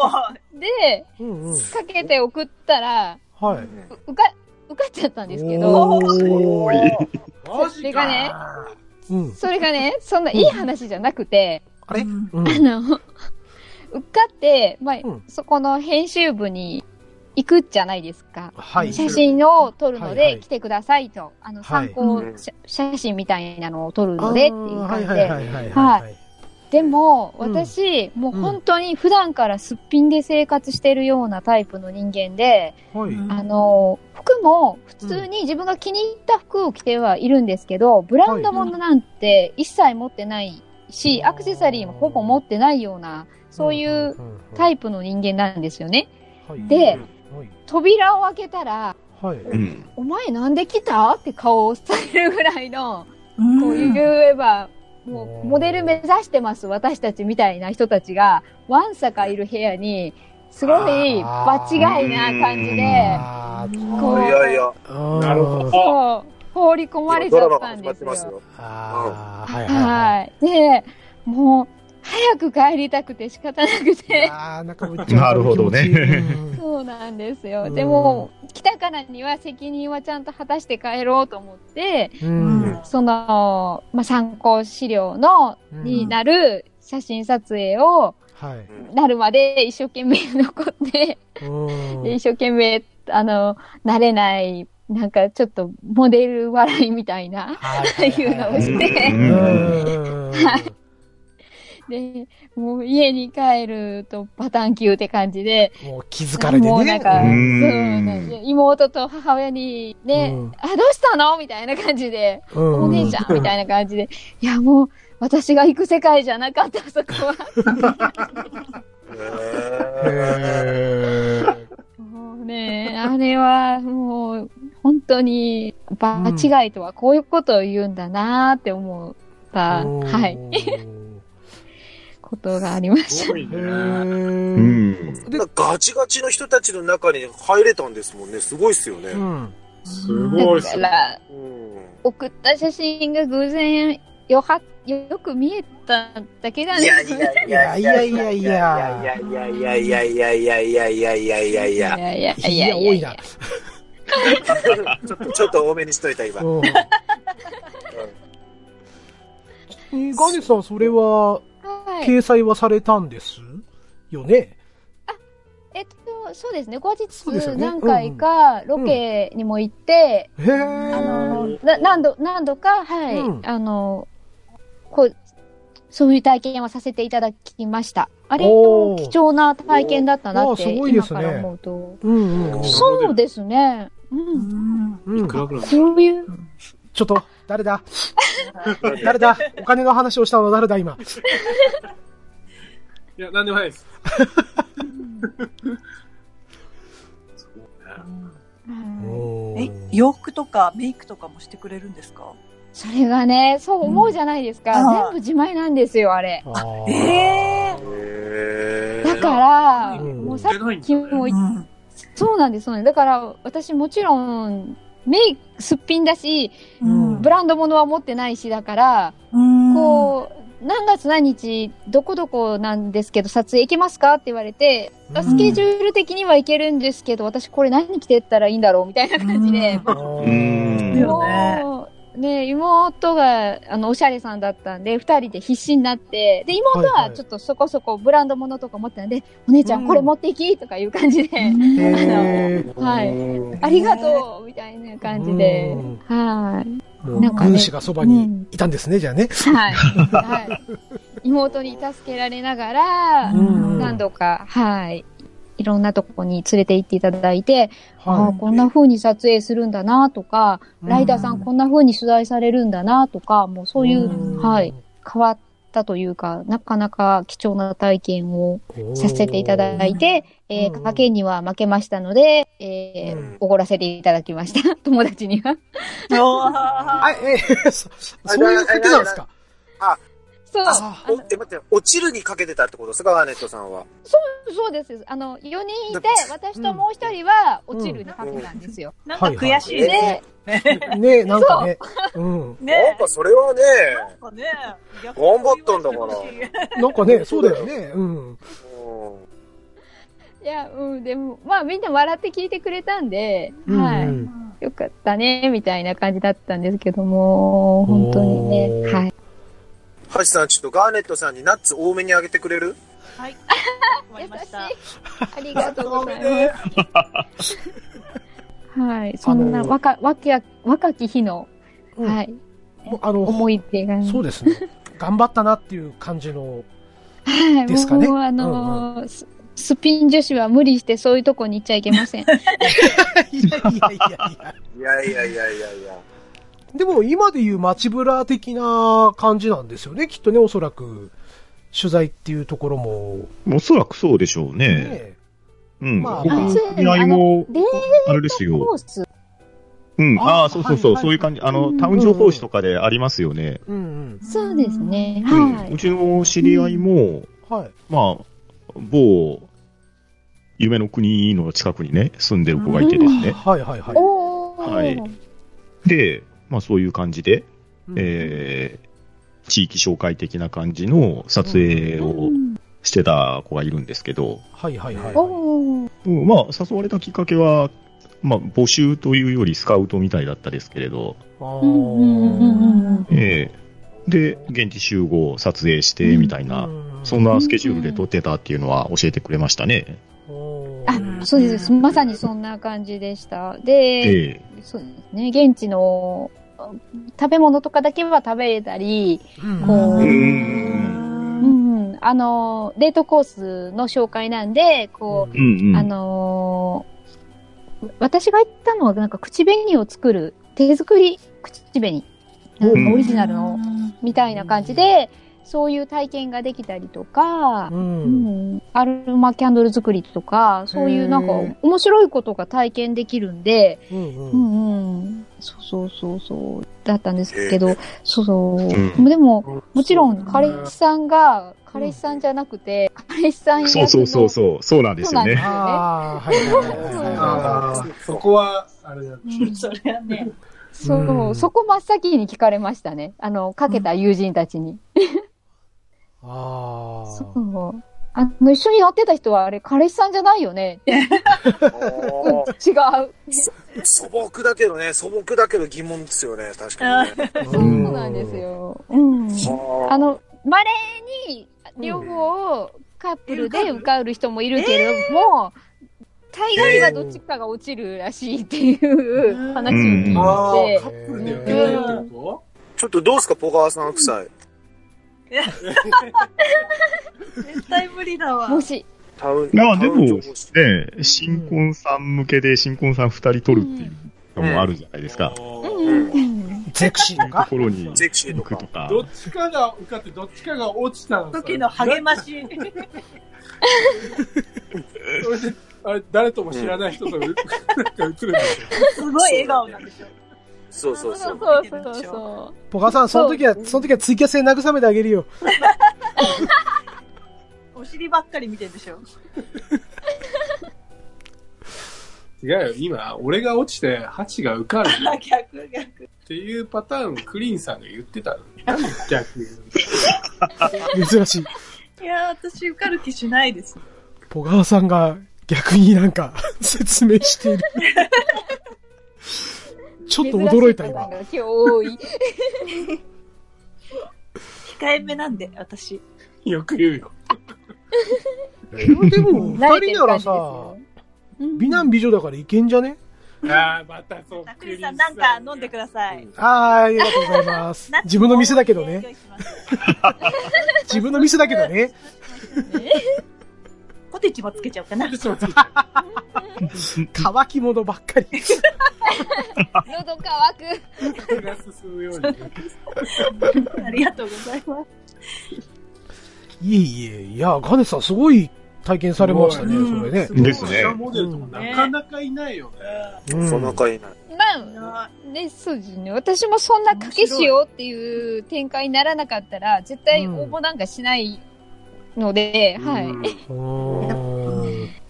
い。で、うんうん。かけて送ったら、はい。う受か、受かっちゃったんですけど、おーマそジれかがね、うん。それがね、そんないい話じゃなくて、あれうんうん。あの、受かって、まあ、うんそこの編集部に行くじゃないですか。はい。写真を撮るのはいはでい来てくださいと、あの、はい参考うん写写真みたいなのを撮るのでっていうあー感じはいで。はいはいはいははい。でも、うん私、もう本当に普段からすっぴんで生活してるようなタイプの人間で、はい。うんあの、服も普通に自分が気に入った服を着てはいるんですけど、ブランド物なんて一切持ってないし、うんアクセサリーもほぼ持ってないような、そういうタイイプの人間なんですよね。プで、はい扉を開けたら、はい。うん。お前なんで来たって顔をされるぐらいの、こううん。言えば、もうモデル目指してます、私たちみたいな人たちが、わんさかいる部屋に、すごい場違いな感じで、あこ、いうやいや、ーなるほど。こう放り込まれちドゃラっマがたん始でまっすてますよ。よ。あー、はいはいはい。はい。で、もう、早く帰りたくて仕方なくて、ああ、なんかなるほどねうんそうなんですよ。うんでも、来たからには責任はちゃんと果たして帰ろうと思って、うん。その、まあ、参考資料の、うんになる写真撮影を、はい。なるまで一生懸命残って、うんで一生懸命、あの、慣れない、なんかちょっとモデル笑いみたいな、はいうのをして、うんで、もう家に帰るとバタンキューって感じで、もう気づかれてね。もうなんか、うそんうなんですよ妹と母親にね、うんあ、どうしたのみたいな感じで、うんお姉ちゃんみたいな感じで、いや、もう、私が行く世界じゃなかった、そこは。へーもうね、あれは、もう、本当に、場違いとはこういうことを言うんだなーって思った、はい、ことがありましすた。ごいへね。うーん。でガチガチの人たちの中に入れたんですもんね。すごいっすよね。うん。すごいっだすかね。ら、うん。送った写真が偶然、よは、よく見えただけなんいでやすいよやいやいやいやいやいやいやいやいやいやいやいやいやいやいやいやいやいや いやいやいやいや、多いな。ちょっとちょっと多めにしといた今。うん。えーガネさん、それは、はい。掲載はされたんですよね。えっと、そうですね。後そうですよ日、ね何回かロケにも行って、へえ。あの、な何度、何度か、はい、うんあの、こう、そういう体験はさせていただきました。あれおもー貴重な体験だったなっおーて、すごいで今すかねら思うと。うんうん。そうですね。う。うんん。うんいくらぐらいそういう、ちょっと、誰だ誰だお金の話をしたの誰だ今。いや、なんでもないです。うんええ、洋服とかメイクとかもしてくれるんですかそれがね、そう思うじゃないですか。うんあー全部自前なんですよ、あれ。ええへだーから、うんもうさっきもー。うん。そうなんです、そうなんです。だから、私もちろん、メイクすっぴんだし、うんブランド物は持ってないし、だから、うん。こう、何月何日、どこどこなんですけど、撮影行けますかって言われて、あうんスケジュール的には行けるんですけど、私これ何着てったらいいんだろうみたいな感じで、うーん。よねもうね、妹が、あの、おしゃれさんだったんで、二人で必死になって、で、妹はいははいちょっとそこそこブランド物とか持ってたんで、お姉ちゃうんんこれ持っていきとかいう感じで、へーはい。ありがとうみたいな感じでうん、はい。もうなんかね軍師がそばにいたんですね、じゃあね。はい。はい。妹に助けられながら、うん何度か、はい。いろんなとこに連れて行っていただいて、ああはこんな風に撮影するんだなとか、うんライダーさんこんな風に取材されるんだなとか、もうそうい。いうう、んはい、。変わったというか、なかなか貴重な体験をさせていただいて、えうんー、賭けには負けましたので、えうんー、おごらせていただきました。 友達には。あ、え、えそそういうことなんですかそう、あおえ、待って、落ちるにかけてたってことですか、ガーネットさんは。そうです。あの、4人いてだ、私ともう一人は落ちるにかけたんですよ。なんか悔しいうんね。で、ねなんかね。うん。ねなんかそれはね、なんかね。頑張ったんだからなんかね、そうだよね。うん。うんいや、うん、でも、まあみんな笑って聞いてくれたんで、うんはい。よかったね、みたいな感じだったんですけども、本当にねお、ーはい。橋さん、ちょっとガーネットさんにナッツ多めにあげてくれるはい。わか優りましした。い。ありがとうござい ます。はい。そんあなの若、若、若き日の、うんはい、もうあの、思い出が。そうですね。頑張ったなっていう感じの、はい。ですかねもう、あのース、スピン女子は無理してそういうとこに行っちゃいけ ません。いやいやいやいや。いやいやいやいやいや。でも今でいう街ブラ的な感じなんですよね、きっとね、おそらく。取材っていうところも、おそらくそうでしょうね。ね。うん。まあ僕まあの依頼も、レーあれですコよー。スうん。あああ、そうそうそう。はいはいそういう感じ。あうの、んタウン情報誌とかでありますよね。うんうん。そうですね。うんはうい。ちの知り合いも、はい。まあ、某、夢の国の近くにね、住んでる子がいてですね。はいはいはい。おー。はいで、まあそういう感じで、えー、地域紹介的な感じの撮影うをんしてた子がいるんですけど、はいはいはい。おー。うんまあ誘われたきっかけは、まあ募集というよりスカウトみたいだったですけれど、あうんうんうーんうん。えー、で、現地集合、撮影して、みたいな、そんなスケジュールで撮ってたっていうのは教えてくれましたね。おーあ、そうです。まさにそんな感じでした。で、えそうですね。現地の食べ物とかだけは食べれたり、うんこう、ううんんうん、あの、デートコースの紹介なんで、こえ。うんうう、ん。あのー私が行ったのはなんか口紅を作る、手作り口紅。なんかオリジナルの、みたいな感じで、そういう体験ができたりとか、うんうん、アルマキャンドル作りとか、そういうなんかへー面白いことが体験できるんで、うんううんんうん、そうそうそうそう、だったんですけへど、そうそう、うんでも、もちろん彼氏さんが、彼氏さんじゃなくて、彼氏さん役そのうそうそうそう、そうなんですよね。ああ、はいはいはいあはあ、そこは、あれだ。うんそれはね。そううんそこ真っ先に聞かれましたね。あの、かけた友人たちに。い。あそう。あの、一緒に乗ってた人は、あれ、彼氏さんじゃないよねって。おー違う。素朴だけどね、素朴だけど疑問ですよね、確かに、ね。あ。そうなんですよ。うん。あはの、まれに、両方をカップルで受かる人もいるけれども、大概はどっちかが落ちるらしいっていう話をうんあ聞あ、いカッて、プルで受けないってこーちょっとどうですか、ポガーさん夫妻。絶対無理だわ。もし、タウン、まあタでウンも、情ね報誌、新婚さん向けで新婚さん二人取るっていうのもあるじゃないとですか。うおーん、ゼクシーととかころにゼクシー行とくかと。か。どっちかが受かって、どっちかが落ちたのさ時の励まし。それで、あれ、誰とも知らない人と、なんか映るんですよ。すごい笑顔なんでしょ。そうそうそそうう。そうそうそポカさん、その時は、その時はツイキャスで慰めてあげるよ。お尻ばっかり見てるでしょ。違うよ、今、俺が落ちて、ハチが受かるよ逆逆。っていうパターンをクリーンさんが言ってたのに。何逆珍しい。いやー、私受かる気しないです。小川さんが逆になんか説明している。ちょっと驚いた珍しパ今。ターンが今日多い。控えめなんで、私。よく言うよ。でも、二慣人なられてる感じですさよ、。うん美男美女だからいけんじゃねああ、またそう。あ、クリさん、なんか飲んでください。あー、ありがとうござい ます。自分の店だけどね。。自分の店だけどね。ポテチもつけちゃおうかな。乾き物ばっかり。喉乾く。手が進むようにね。ありがとうございます。いえいえ、いや、ガネさんすごい体験されましたね、すごいそれねす。ごいですねプラモデルとかなかなかいないよね。うんその子いない。まあ、ね、そうですね。私もそんな賭けしようっていう展開にならなかったら、絶対応募なんかしないので、はい。うんうーん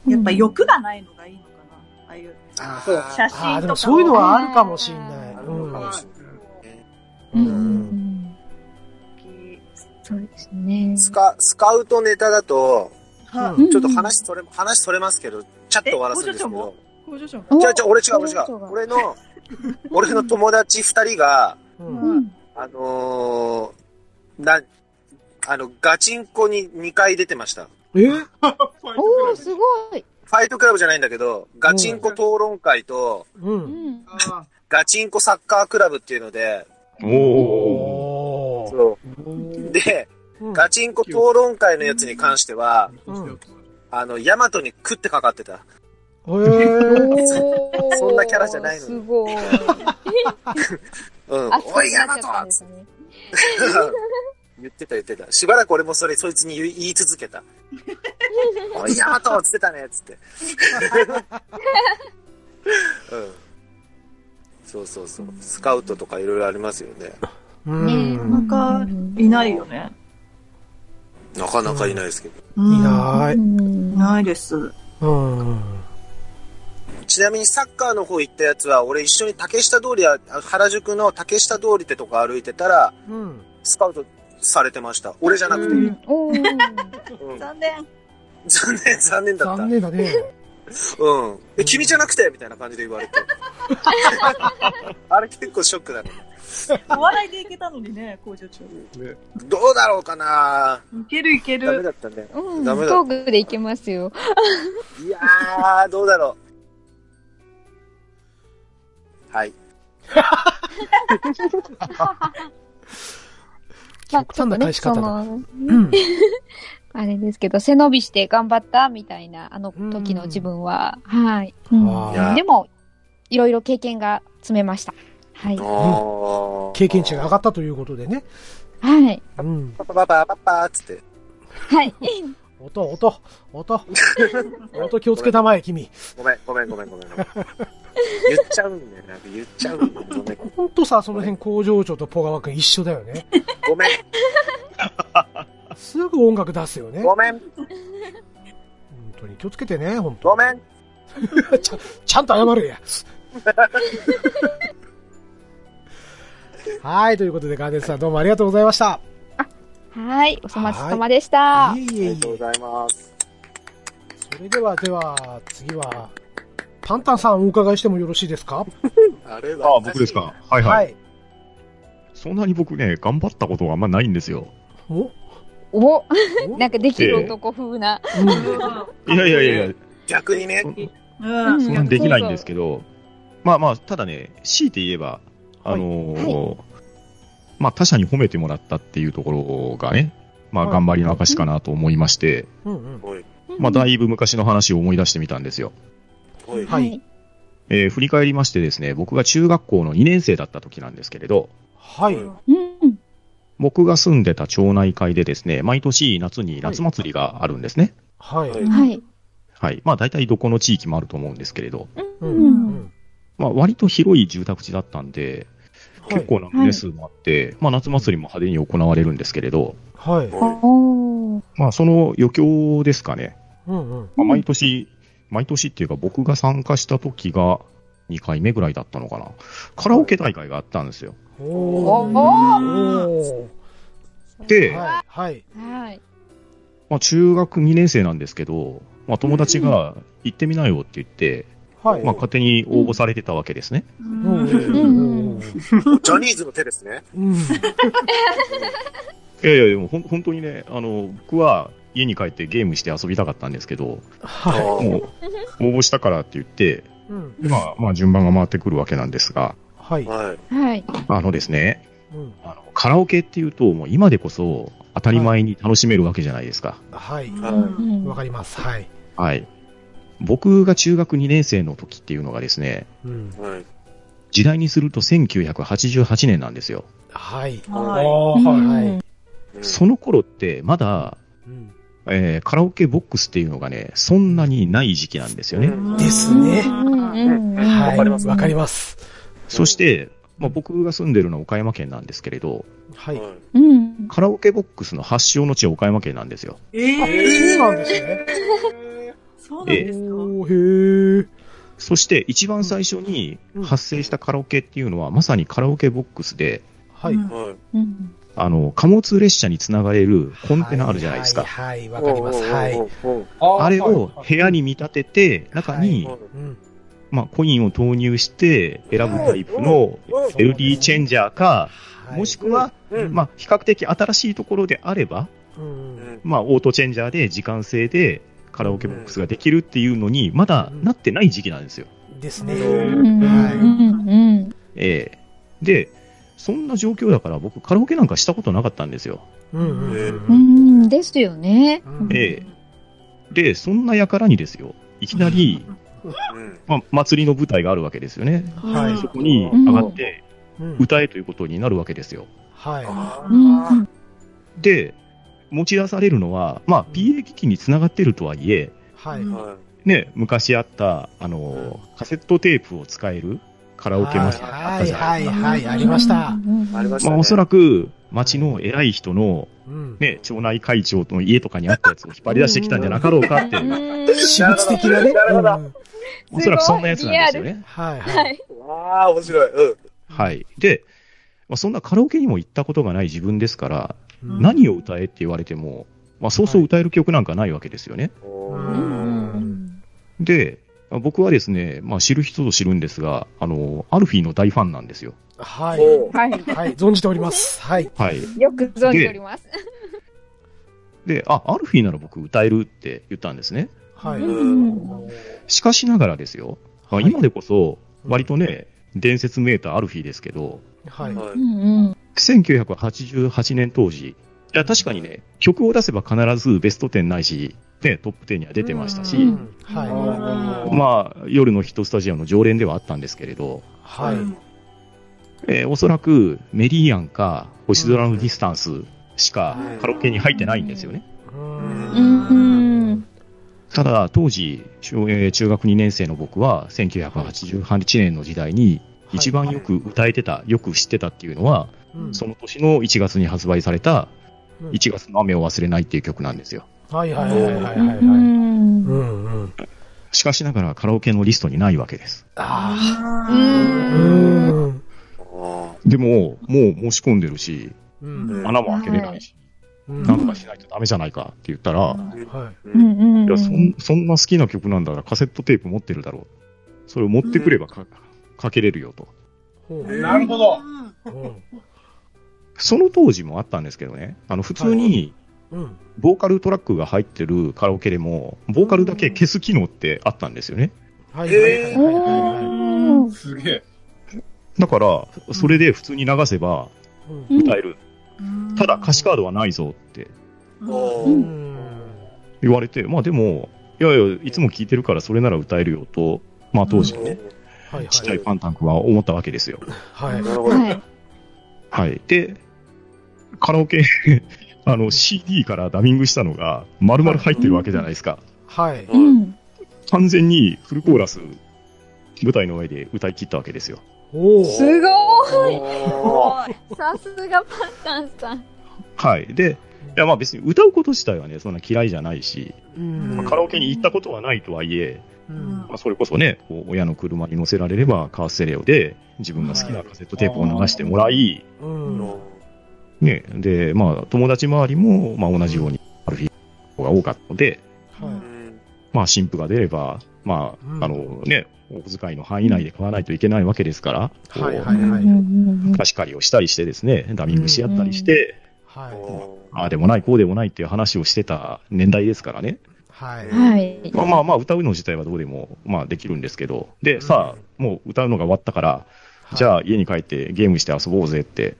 やっぱ欲がないのがいいのかな。ああいうあそうー写あー真でともか。そういうのはあるかもしんない。あうるのかもんしれないねうんうんそうですね。スカ、スカウトネタだと、はうんちょっと話それ、話それますけど、ちゃっと終わらすんですけえもうど。工場長も。おじゃあ、じゃあ、俺違う、工俺場違長う。が俺の、俺の友達二人が、うんうんあのー、な、あの、ガチンコに2回出てました。えおー、すごい。ファイトクラブじゃないんだけど、ガチンコ討論会と、う。うんん。あガチンコサッカークラブっていうので、おお。おーそうんうで、ガチンコ討論会のやつに関しては、うんあの、ヤマトに食ってかかってた。へーおーそんなキャラじゃないのすにごい。うん。お熱い、くなっちゃヤマっトたんですね。 言ってた言ってた。しばらく俺もそれ、そいつに言い言い続け た。おい、ヤマトっつってたねっつ って。うん。そうそうそう。スカウトとかいろいろありますよね。うん。なかなかいないよね。なかなかいないですけど。いいなうい。んいないです。うん。ちなみにサッカーの方行ったやつは、俺一緒に竹下通りや、あ原宿の竹下通りってとこ歩いてたら、うん。スカウトされてました。俺じゃなくて。うんおー。うん残念。残念、残念だった残。念だね。うん。え、君じゃなくてみたいな感じで言われて。あれ結構ショックだね。お笑いでいけたのにね、工場長。どうだろうかないけるいけダメる。だったね。うん、ダトメだークでいけますよ。いやー、どうだろう。はい。極端な返し方だ。まあちょっとねそのうん。あれですけど、背伸びして頑張ったみたいな、あの時の自分は、はい、はいうんでも、いろいろ経験が積めました。はい。おー経験値が上がったということでね。はい。うん。パパパパパパーっつって。はい。音、音、音。音気をつけたまえ、君。ごめん、ごめん、ごめん、ごめん。ごめん言っちゃうんだよ。なんか言っちゃうんだよ。ごめん。ほんとさ、その辺工場長とポガワ君一緒だよね。ごめん。すぐ音楽出すよね。ご本めん。当に気をつけてね、本当ごめん。ちゃちゃんと謝るや。 はい、ということで、ガーデンさんどうもありがとうございました。はい。お粗末様でした。いえあいりえがいとうごえ。ざいます。それでは、では、次は、パンタンさんお伺いしてもよろしいですかあれああ、僕です。か。はいはい。い。そんなに僕ね、頑張ったことがあんまないんですよ。おお、おなんかできる男風な。いやいやいやいや、逆にね。うん。そんなにできないんですけど、まあまあ、ただね、強いて言えば、あのーまあ他者に褒めてもらったっていうところがね、まあはい頑張りの証かなと思いまして、うんうん。おい、まあだいいぶ昔の話を思い出してみたんですよ。おい。はい。えー振り返りましてですね、僕が中学校の2年生だった時なんですけれど、はい。うん。僕が住んでた町内会でですね、毎年夏に夏祭りがあるんですね。はい。はういんはい。はい。まあ大体どこの地域もあると思うんですけれど、ううんん。まあ割と広い住宅地だったんで、はい結構な棟数もあって、まあ夏祭りも派手に行われるんですけれど、はい。おい。おー。まあその余興ですかね。うんうん。まあ、毎年、毎年っていうか僕が参加した時が2回目ぐらいだったのかな。カラオケ大会があったんですよ。おーおおーて、はい。はい。はい。まあ、中学2年生なんですけど、まあ、友達が行ってみなよって言って、はい。まあ、勝手に応募されてたわけですね。うんうんうんジャニーズの手ですね。うんいやいや、でもほん本当にね、あの、僕は家に帰ってゲームして遊びたかったんですけど、はもう応募したからって言って、い。うん今、まあ、順番が回ってくるわけなんですが、はい。はい。はい。あのですね、うんあのカラオケっていうと、もう今でこそ当たり前に楽しめるわけじゃないですか。はい。はうんわかります。はい。はい。僕が中学2年生の時っていうのがですね、うん。い。はい。時代にすると1988年なんですよ。はい。はいあーはい。うんその頃ってまだ、うんえーカラオケボックスっていうのがね、そんなにない時期なんですよね。うんですねうんうんうんはい。わかりますわかります。そして、まあ、僕が住んでるのは岡山県なんですけれど、はい。うん。カラオケボックスの発祥の地は岡山県なんですよ。えー、そうなんですね。そうなんですか。おー、へー。そして、一番最初に発生したカラオケっていうのは、まさにカラオケボックスで、はい。はい。うんあの、貨物列車につながれるコンテナあるじゃないですか。はい。はいはいわ、かります。はい。い。ああれを部屋に見立てて、中に、うん。まあ、コインを投入して選ぶタイプのうん LD チェンジャーか、はいもしくは、うんまあ、比較的新しいところであれば、うん。まあ、オートチェンジャーで時間制でカラオケボックスができるっていうのに、まだなってない時期なんですよ。ですね。うんはうんええで、そんな状況だから僕カラオケなんかしたことなかったんですよ。い。うんうんう。うんんですよね。ええで、そんな輩にですよ、いきなり、まあ、祭りの舞台があるわけですよね。はい。そこに上がってうん歌えということになるわけですよ。はうんで、持ち出されるのは、まあ、PA 機器につながってるとはいえ、い。はい。ね、昔あった、あの、カセットテープを使えるカラオケマシンあっはたいじゃなはいいですか。はい、ありました。。ありましまたあ、ね。おそらく、町の偉い人の、うん。ね、町内会長の家とかにあったやつを引っ張り出してきたんじゃなかろうかって、私物的なね。なるほどうん おそらくそんなやつなんですよね。はいはい。わあ、面白い。うん。はい。で、まあ、そんなカラオケにも行ったことがない自分ですから、うん何を歌えって言われても、まあ、そうそう歌える曲なんかないわけですよね。うんで、まあ僕はですね、まあ、知る人ぞ知るんですが、あの、アルフィーの大ファンなんですよ。はい。はい。はい、存じております。はい。はい。よく存じております。で、あ、アルフィーなら僕歌えるって言ったんですね。はい。ううんしかしながらですよ、まはあい今でこそ、割とね、伝説めいたアルフィーですけど、はい。うはん1988年当時、いや、確かにね、曲を出せば必ずベスト10ないし、ね、トップ10には出てましたうし、んはい。い。まあ、夜のヒットスタジアムの常連ではあったんですけれど、はい。えーおそらくメリーアンか星空のディスタンスしかうんカラオケに入ってないんですよね。うんうんただ、当時、中えー中学2年生の僕は、1988年の時代に、一番よく歌えてた、よく知ってたっていうのは、うんその年の1月に発売された、うん1月の雨を忘れないっていう曲なんですよ。はいはいはいはいはい。うはいんう。んうん。しかしながらカラオケのリストにないわけです。ああ。ううんん。でも、もう申し込んでるし、うん。穴も開けれないし、うんなんとかしないとダメじゃないかって言ったら、はい。うん。いやそん、そんな好きな曲なんだからカセットテープ持ってるだろう。それを持ってくればか,、かけれるよと。ほうなるほど。うんその当時もあったんですけどね、あの、普通に、うん。ボーカルトラックが入ってるカラオケでも、ボーカルだけ消す機能ってあったんですよね。はいはいはいはいはいはい。すげえ。だから、それで普通に流せばうん歌える。ただ歌詞カードはないぞってうん言われて、まあでも、いやいや、いつも聴いてるからそれなら歌えるよと、まあ当時のね、はいちっちゃいパンタンクは思ったわけですよ。はい。なはい。るほど。はい。はい。で、カラオケ、 あの、CD からダミングしたのが、丸々入ってるわけじゃないですか。はい。うん。完全にフルコーラス、舞台の上で歌い切ったわけですよ。おすーごい。さすがパンタンさん。はい。で、いやまあ別に歌うこと自体はね、そんな嫌いじゃないし、うんカラオケに行ったことはないとはいえ、うんまあ、それこそね、こう親の車に乗せられればカーステレオで自分が好きなカセットテープを流してもらい、うんね、で、まあ、友達周りも、まあ、同じようにアルフィーの方が多かったので、はいうんまあ、新婦が出れば、まうんあ、あのね、お小遣いの範囲内で買わないといけないわけですから、こうはいはいはいうんうんうん貸し借りをしたりしてですね、ダミングし合ったりして、はいおーああでもない、こうでもないっていう話をしてた年代ですからね。はいはい。まあまあまあ、歌うの自体はどうでも、まあできるんですけど、で、さあ、もう歌うのが終わったから、じあゃあ家に帰ってゲームして遊ぼうぜって、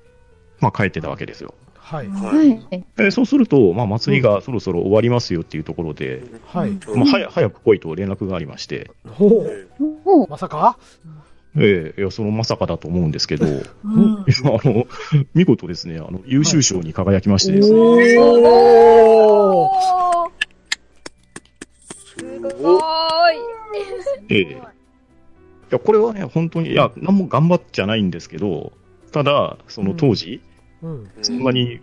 まあ帰ってたわけですよ。はいはい。えそうすると、まあ祭りがそろそろ終わりますよっていうところで、はいまあ早早く来いと連絡がありまして、ほうもう、まさかええいやそのまさかだと思うんですけど、 あんの、見事ですね、あの、優秀賞に輝きましてですね、おーすごーい。ええいや、これはね、本当に、いや、何も頑張っちゃないんですけど、ただ、その当時、うんすそんごないに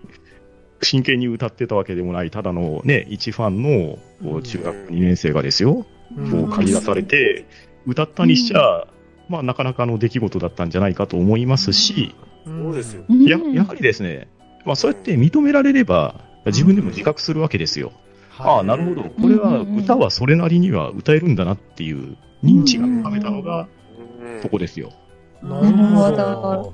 真剣に歌ってたわけでもない、ただのね、一ファンのこうんう中学2年生がですよ、うんこう駆り出されて、歌ったにしちゃ、まあなかなかの出来事だったんじゃないかと思いますし、そうですようんややはりですね、まあそうやって認められれば、自分でも自覚するわけですよ。ああ、なるほど。これはうん歌はそれなりには歌えるんだなっていう認知が深めたのが、うんここですよ。ななるるほほど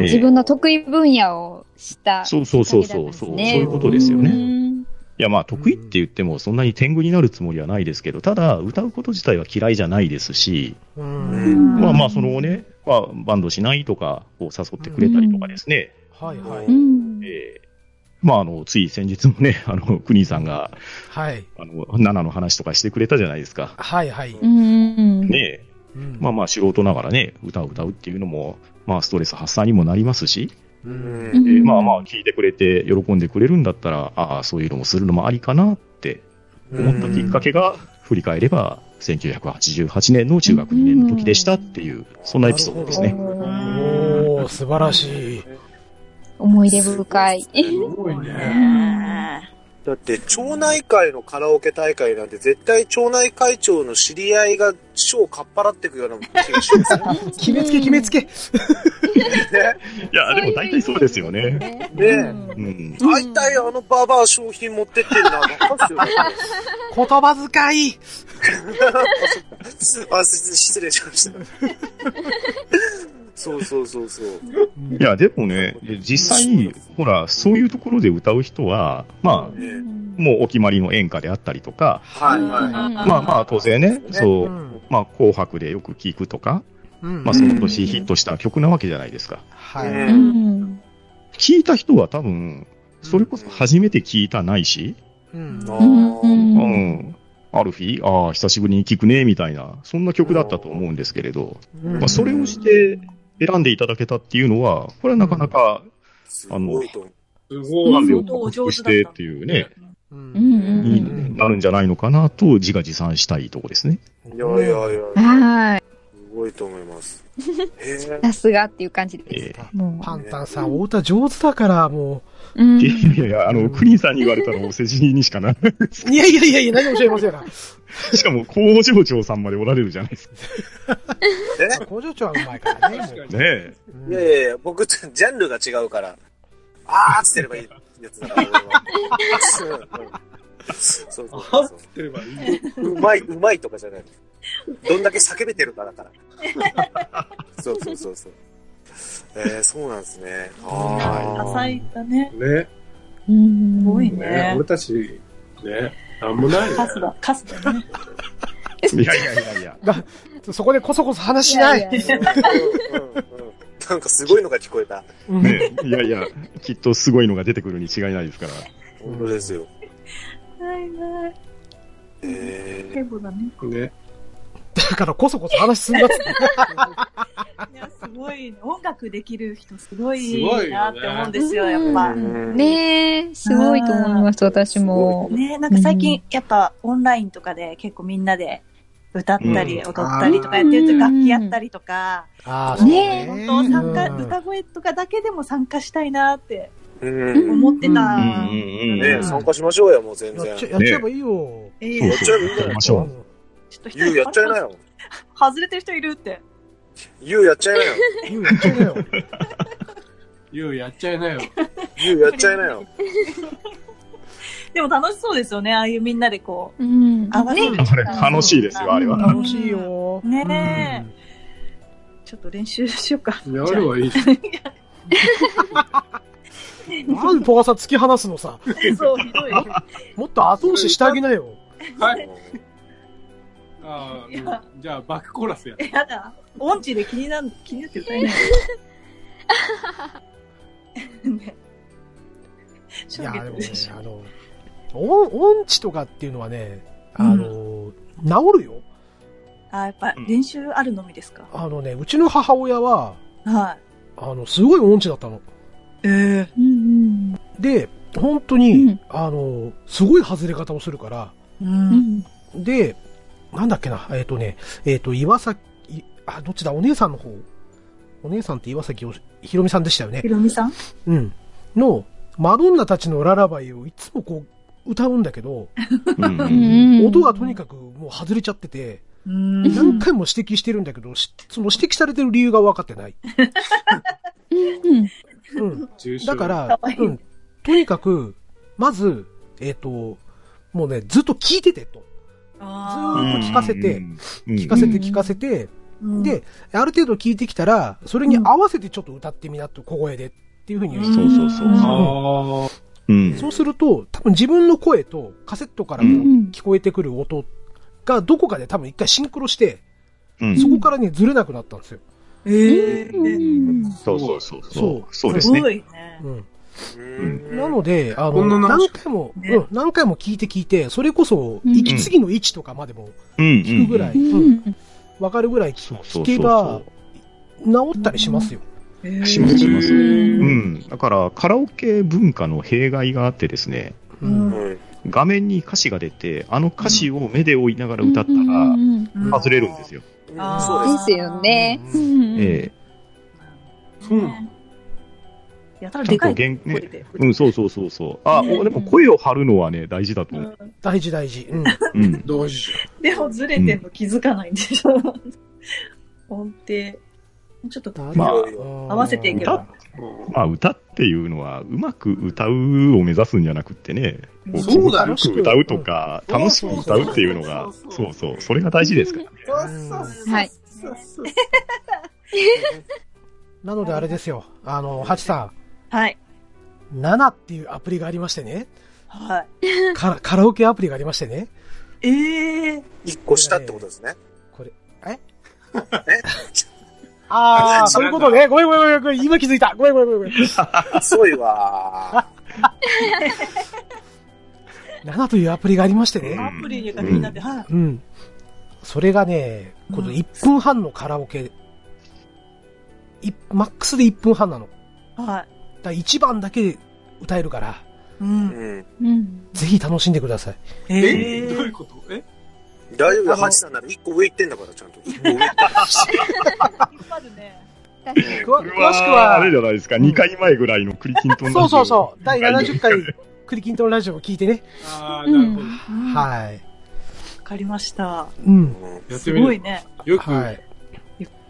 ええ自分の得意分野をした。そうそうそうそう、そうそうねいうことですようね。んいや、まあ、得意って言っても、そんなに天狗になるつもりはないですけど、ただ、歌うこと自体は嫌いじゃないですし、うんまあまあ、そのね、まあ、バンドしないとか、こう誘ってくれたりとかですね、はいはういうんえーまあ、あの、つい先日もね、 あの、クニーさんが、はいあの、ナナの話とかしてくれたじゃないですか。はいはいうんねえうんまあまあ、素人ながらね、歌を歌うっていうのも、まあ、ストレス発散にもなりますし、ううんんえーまあまあ、聞いてくれて、喜んでくれるんだったら、ああ、そういうのもするのもありかなって思ったきっかけが、振り返れば、1988年の中学2年の時でしたっていう、そんなエピソードですね。おー素晴らしい思い出深い。すごいね。ねだって、町内会のカラオケ大会なんて、絶対町内会長の知り合いが賞をかっぱらっていくような気がしますね。決めつけ決めつけいや、でも大体そうですよね。ね。ねえ うんうん。大体あのババア商品持ってってんな、わかるん言葉遣いですよあ、す失礼しました。そうそうそうそう。いや、でもね、実際、ほら、そういうところで歌う人は、まあ、ねもうお決まりの演歌であったりとか、はいはい。うんまあまあ、当然ね、うそう、んまあ、紅白でよく聴くとか、うんまあ、その年ヒットした曲なわけじゃないですか。はういんうん聴いた人は多分、それこそ初めて聴いたないし、うんあうーうんん。アルフィーああ、久しぶりに聴くね、みたいな、そんな曲だったと思うんですけれど、うんまあ、それをして選んでいただけたっていうのは、これはなかなか、すごいと思すう。なごんい。で相当お上手だったしてっていうね、ううんんにうんなるんじゃないのかなと、自画自賛したいとこですね。いやいやいや、はい。すごいと思います。へえ。さすがっていう感じでえす。もパンタンさんお歌上手だからもう。うんえいやいやいや、あの、クリーンさんに言われたらお世辞にしかならなういやいやいやいや何もおっしゃいませんがい。しかも、工場長さんまでおられるじゃないですか。工場長はうまいからね確かに。ねえ。もういやいやいや、僕、ジャンルが違うから、あーっつってればいいやつだ から、俺はあそうそうそうっそうてればいい。うまい、うまいとかじゃない。どんだけ叫べてるかだから。そうそうそうそう。えー、そうなんですね。浅はいだね。ね。うんすごいねね。俺たち、ね。なんもないね。カスだ、カスだね。いやいやいやいや。そこでこそこそ話しないやややー。うんうんうんなんかすごいのが聞こえた。うんねえ。いやいや、きっとすごいのが出てくるに違いないですから。本当ですよ。はい はい。え結構だね。ね。だからこそこそ話すんだっつっていや、すごいね。音楽できる人、すすごごいよいねなって思うんですよ、やっぱう。んねえ、すごいと思います、私も。ねなんか最近、やっぱオンラインとかで結構みんなで歌ったりう踊ったりとかやってるうとん楽器やったりとか、あそうね本当参加、うん歌声とかだけでも参加したいなってー。うん。思ってた。うんんねえ参加しましょうよ、もう全然。やっちゃゆやっちゃえばいいよ。ええそうやっちゃそえう。ばいいんじゃなやりいましょう。ちょっと一う人やっちゃいなよ。外れてる人いるって。ゆうやっちゃいなよ。うん。言うやっちゃえばいいよ。ゆうやっちゃいなよ。ゆうやっちゃいなよ。でも楽しそうですよね。ああいうみんなでこうん。う、合わせるあれ、楽しいですよ、あれは。楽しいよ。ねえ。ちょっと練習しようか。やればいいじゃん。うんなんでポガさん突き放すの さ。 そう、ひどい。もっと後押ししてあげな よ。はい。ああ、うんじゃあ、バックコーラスや。やだ。音痴で気になる、気になって歌えない。ねい衝や、撃でもねでし、ょあの、音音痴とかっていうのはね、あの、治るよ。あ、やっぱ練習あるのみですか。あのね、うちの母親は、はあの、すごい音痴だったの。い。ええ。うんで、本当に、うんあの、すごい外れ方をするから、う。うんん。で、なんだっけな、えっ、とね、えっ、と、岩崎、いあ、どっちだ、お姉さんの方。お姉さんって岩崎よしひろみさんでしたよねひ。ろみさんうん。の、マドンナたちのララバイをいつもこう、歌うんだけど、うんううんん。音がとにかくもう外れちゃってて、うん何回も指摘してるんだけど、しその指摘されてる理由が分かってない。うん。うん。重症だか、らかわい、いうん。とにかく、まず、えっ、と、もうね、ずっと聞いててと。ずあーっと聞かせて、聞聞かせてうん聞かせて、ー、で、ある程度聞いてきたら、それに合わせてちょっと歌ってみなと、小声でっていうふうに言う、そうそうそうあんあ、うん。そうすると、多分自分の声とカセットからこううん聞こえてくる音がどこかで多分一回シンクロして、うんそこからね、ずれなくなったんですよ。ええうん。そうそうそうそそうう。そうですすねご。いね。うん。うんなので、あこんの、な直何し回も、ねうん、何回も聞いて聞いて、それこそ、うん息継ぎの位置とかまでもうん聞くぐらい、ううんん。わかるぐらいそう聞そうそうそけうば、治ったりしますよ。えしますしますへーうん。だから、カラオケ文化の弊害があってですね、ううんん。うん画面に歌詞が出て、あの歌詞を目で追いながら歌ったうんら、うんうん外れるんですよ。あーそうです。ですよね。ううんえそうなのやたらでかいちゃんと原声でえ。うん、そうそうそうそう。あ、おでも声を張るのはね、大事だと思う。大事大事。うん。うん。どうしよでもずれてんの気づかないんでしょ。音程。ちょっと、まあ合合わせていけばう。まあ、歌っていうのは、うまく歌うを目指すんじゃなくってね、こそうだよ気持ちよく歌うとか、うん楽しく歌うっていうのがそう、そそうそううそう、それが大事ですからね。はいなのであれですよ。あの、ハチさはい。ん、7っていうアプリがありましてね。はい。カラカラオケアプリがありましてね。ええ一個下ってことですね。これ、えああ、 そういうことね。ごめんごめんごめんごめん。今気づいた。ごめんごめんごめんごめん。遅いわ7というアプリがありましてうんね。アプリが気になって、はい。うん。それがね、このうん1分半のカラオケ。いマックスで1分半なの。はい。だ1番だけ歌えるから、う。ー。うんん。うん。ぜひ楽しんでください。ええどういうことえ大丈夫だあのよ、ハチさんなら一個上行ってんだから、ちゃんと。一個上行っ引っ張るね。確かに詳こ詳れしくはあれ、じゃないですか、うん2回前ぐらいのクリキントンそうそうそう。第70 70回、クリキントンラジオを聞いてね。ああ、なるほど。うんわはい。かりました。うん。やってすみごいる。ね。よく、はい。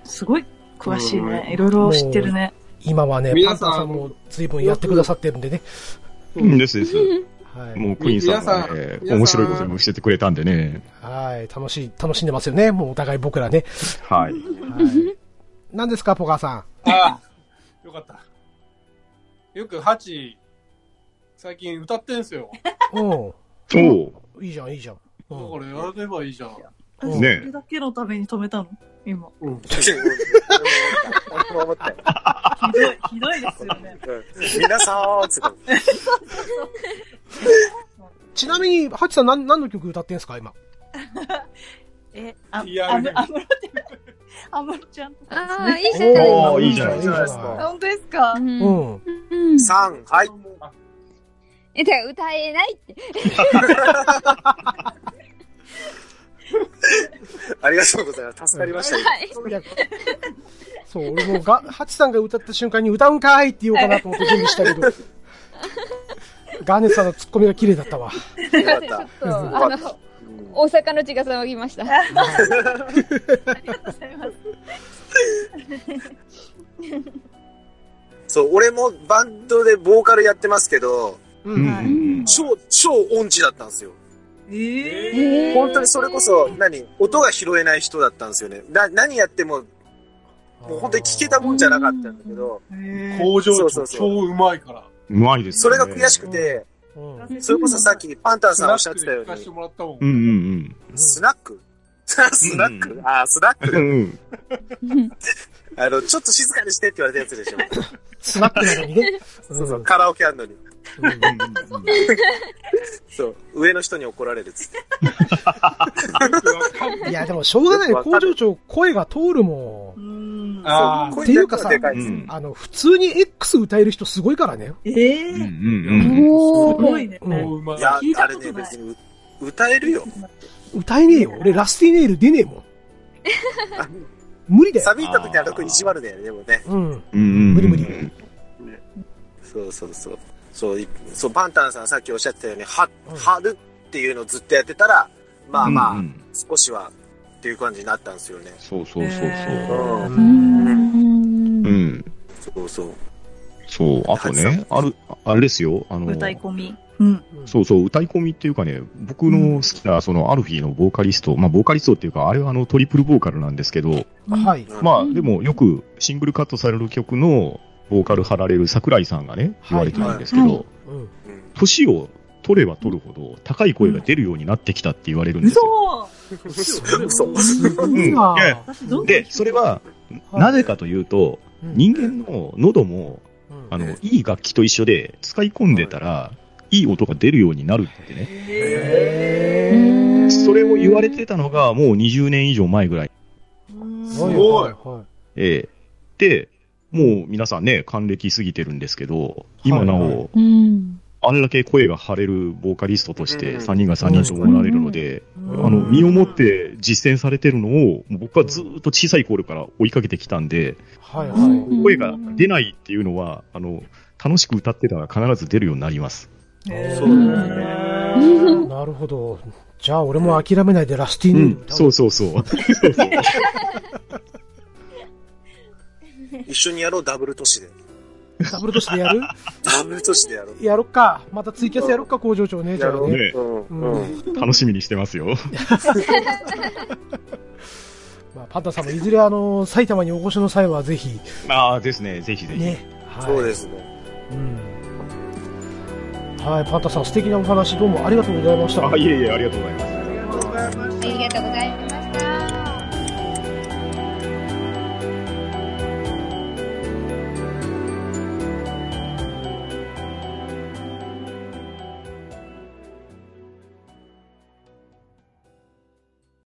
すごい詳しいうんね。いろいろ知ってるね。今はね、パ皆ンさタんンさんも随分やってくださってるんでね。うんですです。はい。もうクイーンさんが皆ねさん、面白いことも教えてくれたんでね。はい。楽しい、楽しんでますよね。もうお互い僕らね。ははい。い。何ですか、ポカーさん。ああ、よかった。よく、ハチ、最近歌ってんすよ。だかうそん。いいじゃん、いいじゃん。うん。らやればいいじゃん。うんそねれだけのために止めたの今。うん。て。俺も思ったよひどい、 ひどいですよね。俺も思ったよ。皆さん、つうちなみに、ハチさん何、何の曲歌ってんすか、今。え、あ、あ TRF む、あむろちゃん。あむろちゃんとかですああ、ね。いいじゃないおーいいじゃないいいじゃないあ本当ですかうんう。ん。うん。さん、はい。え、だから歌えないって。ありがとうございます。助かりましたよ。はい。いやそう、俺もが、ハチさんが歌った瞬間に歌うんかいって言おうかなと思って準備したけど。 ガーネスさんのツッコミが綺麗だったわ。よかっちょたっ。と、あの、大阪の血が騒ぎました。はありがとうございます。そう、俺もバンドでボーカルやってますけど、ううんん。はいうん超、超音痴だったんですよ。ええー本当にそれこそ、何、音が拾えない人だったんですよね。な、何やっても、もう本当に聞けたもんじゃなかったんだけど、ー、工場そうそ長うそう超うまいから。うまいです、ね。それが悔しくて、うんそれこそさっきパンタンさんおっしゃってたよスナックで聞かせてうに、もらったもん。うんうんスナックスナック、うんあー、スナッうん。うクんうん。あの、ちょっと静かにしてって言われたやつでしょ。スナックなのにね。 そうそう、カラオケあんのに。うんそう、上の人に怒られるっつって。いや、でもしょうがないよ。工場長、声が通るもん。んあそあ、う声だけはでかいです。うんあの、普通に X 歌える人すごいからね。えうー、うんうんん。おすーごいね。うん。超うまいい。や聞い、たあことれないね、別にう歌えるよ。歌えねえよ。俺、ラスティネイル出ねえもん。あ無理だよ。サビった時は特に意地悪だよね、でもね。うん。うん。無理無理そうそうそう。そう、いそう、パンタンさんさっきおっしゃってたように、はうん、はるっていうのをずっとやってたら、まあまうんうあ、ん少しはっていう感じになったんですよね。そうそえうそうそう。うーうん。んうん。そうそう。そう。あとね、ある、あれですよ。あの、歌い込み。うん。そうそう、歌い込みっていうかね、僕の好きな、その、アルフィーのボーカリスト、まあ、ボーカリストっていうか、あれはあの、トリプルボーカルなんですけど、はい。まあ、でも、よく、シングルカットされる曲の、ボーカル張られる桜井さんがね、言われてるんですけはいはいど、うん。うん年を取れば取るほど、高い声が出るようになってきたって言われるんですよ。そそう。すごいなうんいやどうで、それは、なぜかといううと、ん人間の喉も、うんあの、いい楽器と一緒で、使い込んでたら、いい音が出るようになるってね。へそれを言われてたのが、もう20年以上前ぐらい。ー。すごいはええで、もう皆さんね、還暦過ぎてるんですけど、今なお、はいはうんあれだけ声が張れるボーカリストとしてうん3人が3人ともおられるので、うんあの、身をもって実践されてるのを、僕はずーっと小さい頃から追いかけてきたんで、いはうん声が出ないっていうのは、あの、楽しく歌ってたら必ず出るようになります。そうだよね。い。なるほど。じゃあ、俺も諦めないでラスティうネイんル、歌おそうそうそう。そうそう一緒にやろう、ダブル都市で。ダブルとしてやるダブル都市でやろう。やろっか。またツイキャスやろっか、工場長ね。じゃあね。ねうんううん。楽しみにしてますよ。まあ、パンタさんもいずれあの、埼玉にお越しの際はぜひ、 ああ、ですね。ぜひぜひ。ね。はい。そうですね。うん。はい、パンタさん素敵なお話どうもありがとうございました。あ、いえいえ、ありがとうございます。ありがとうございます。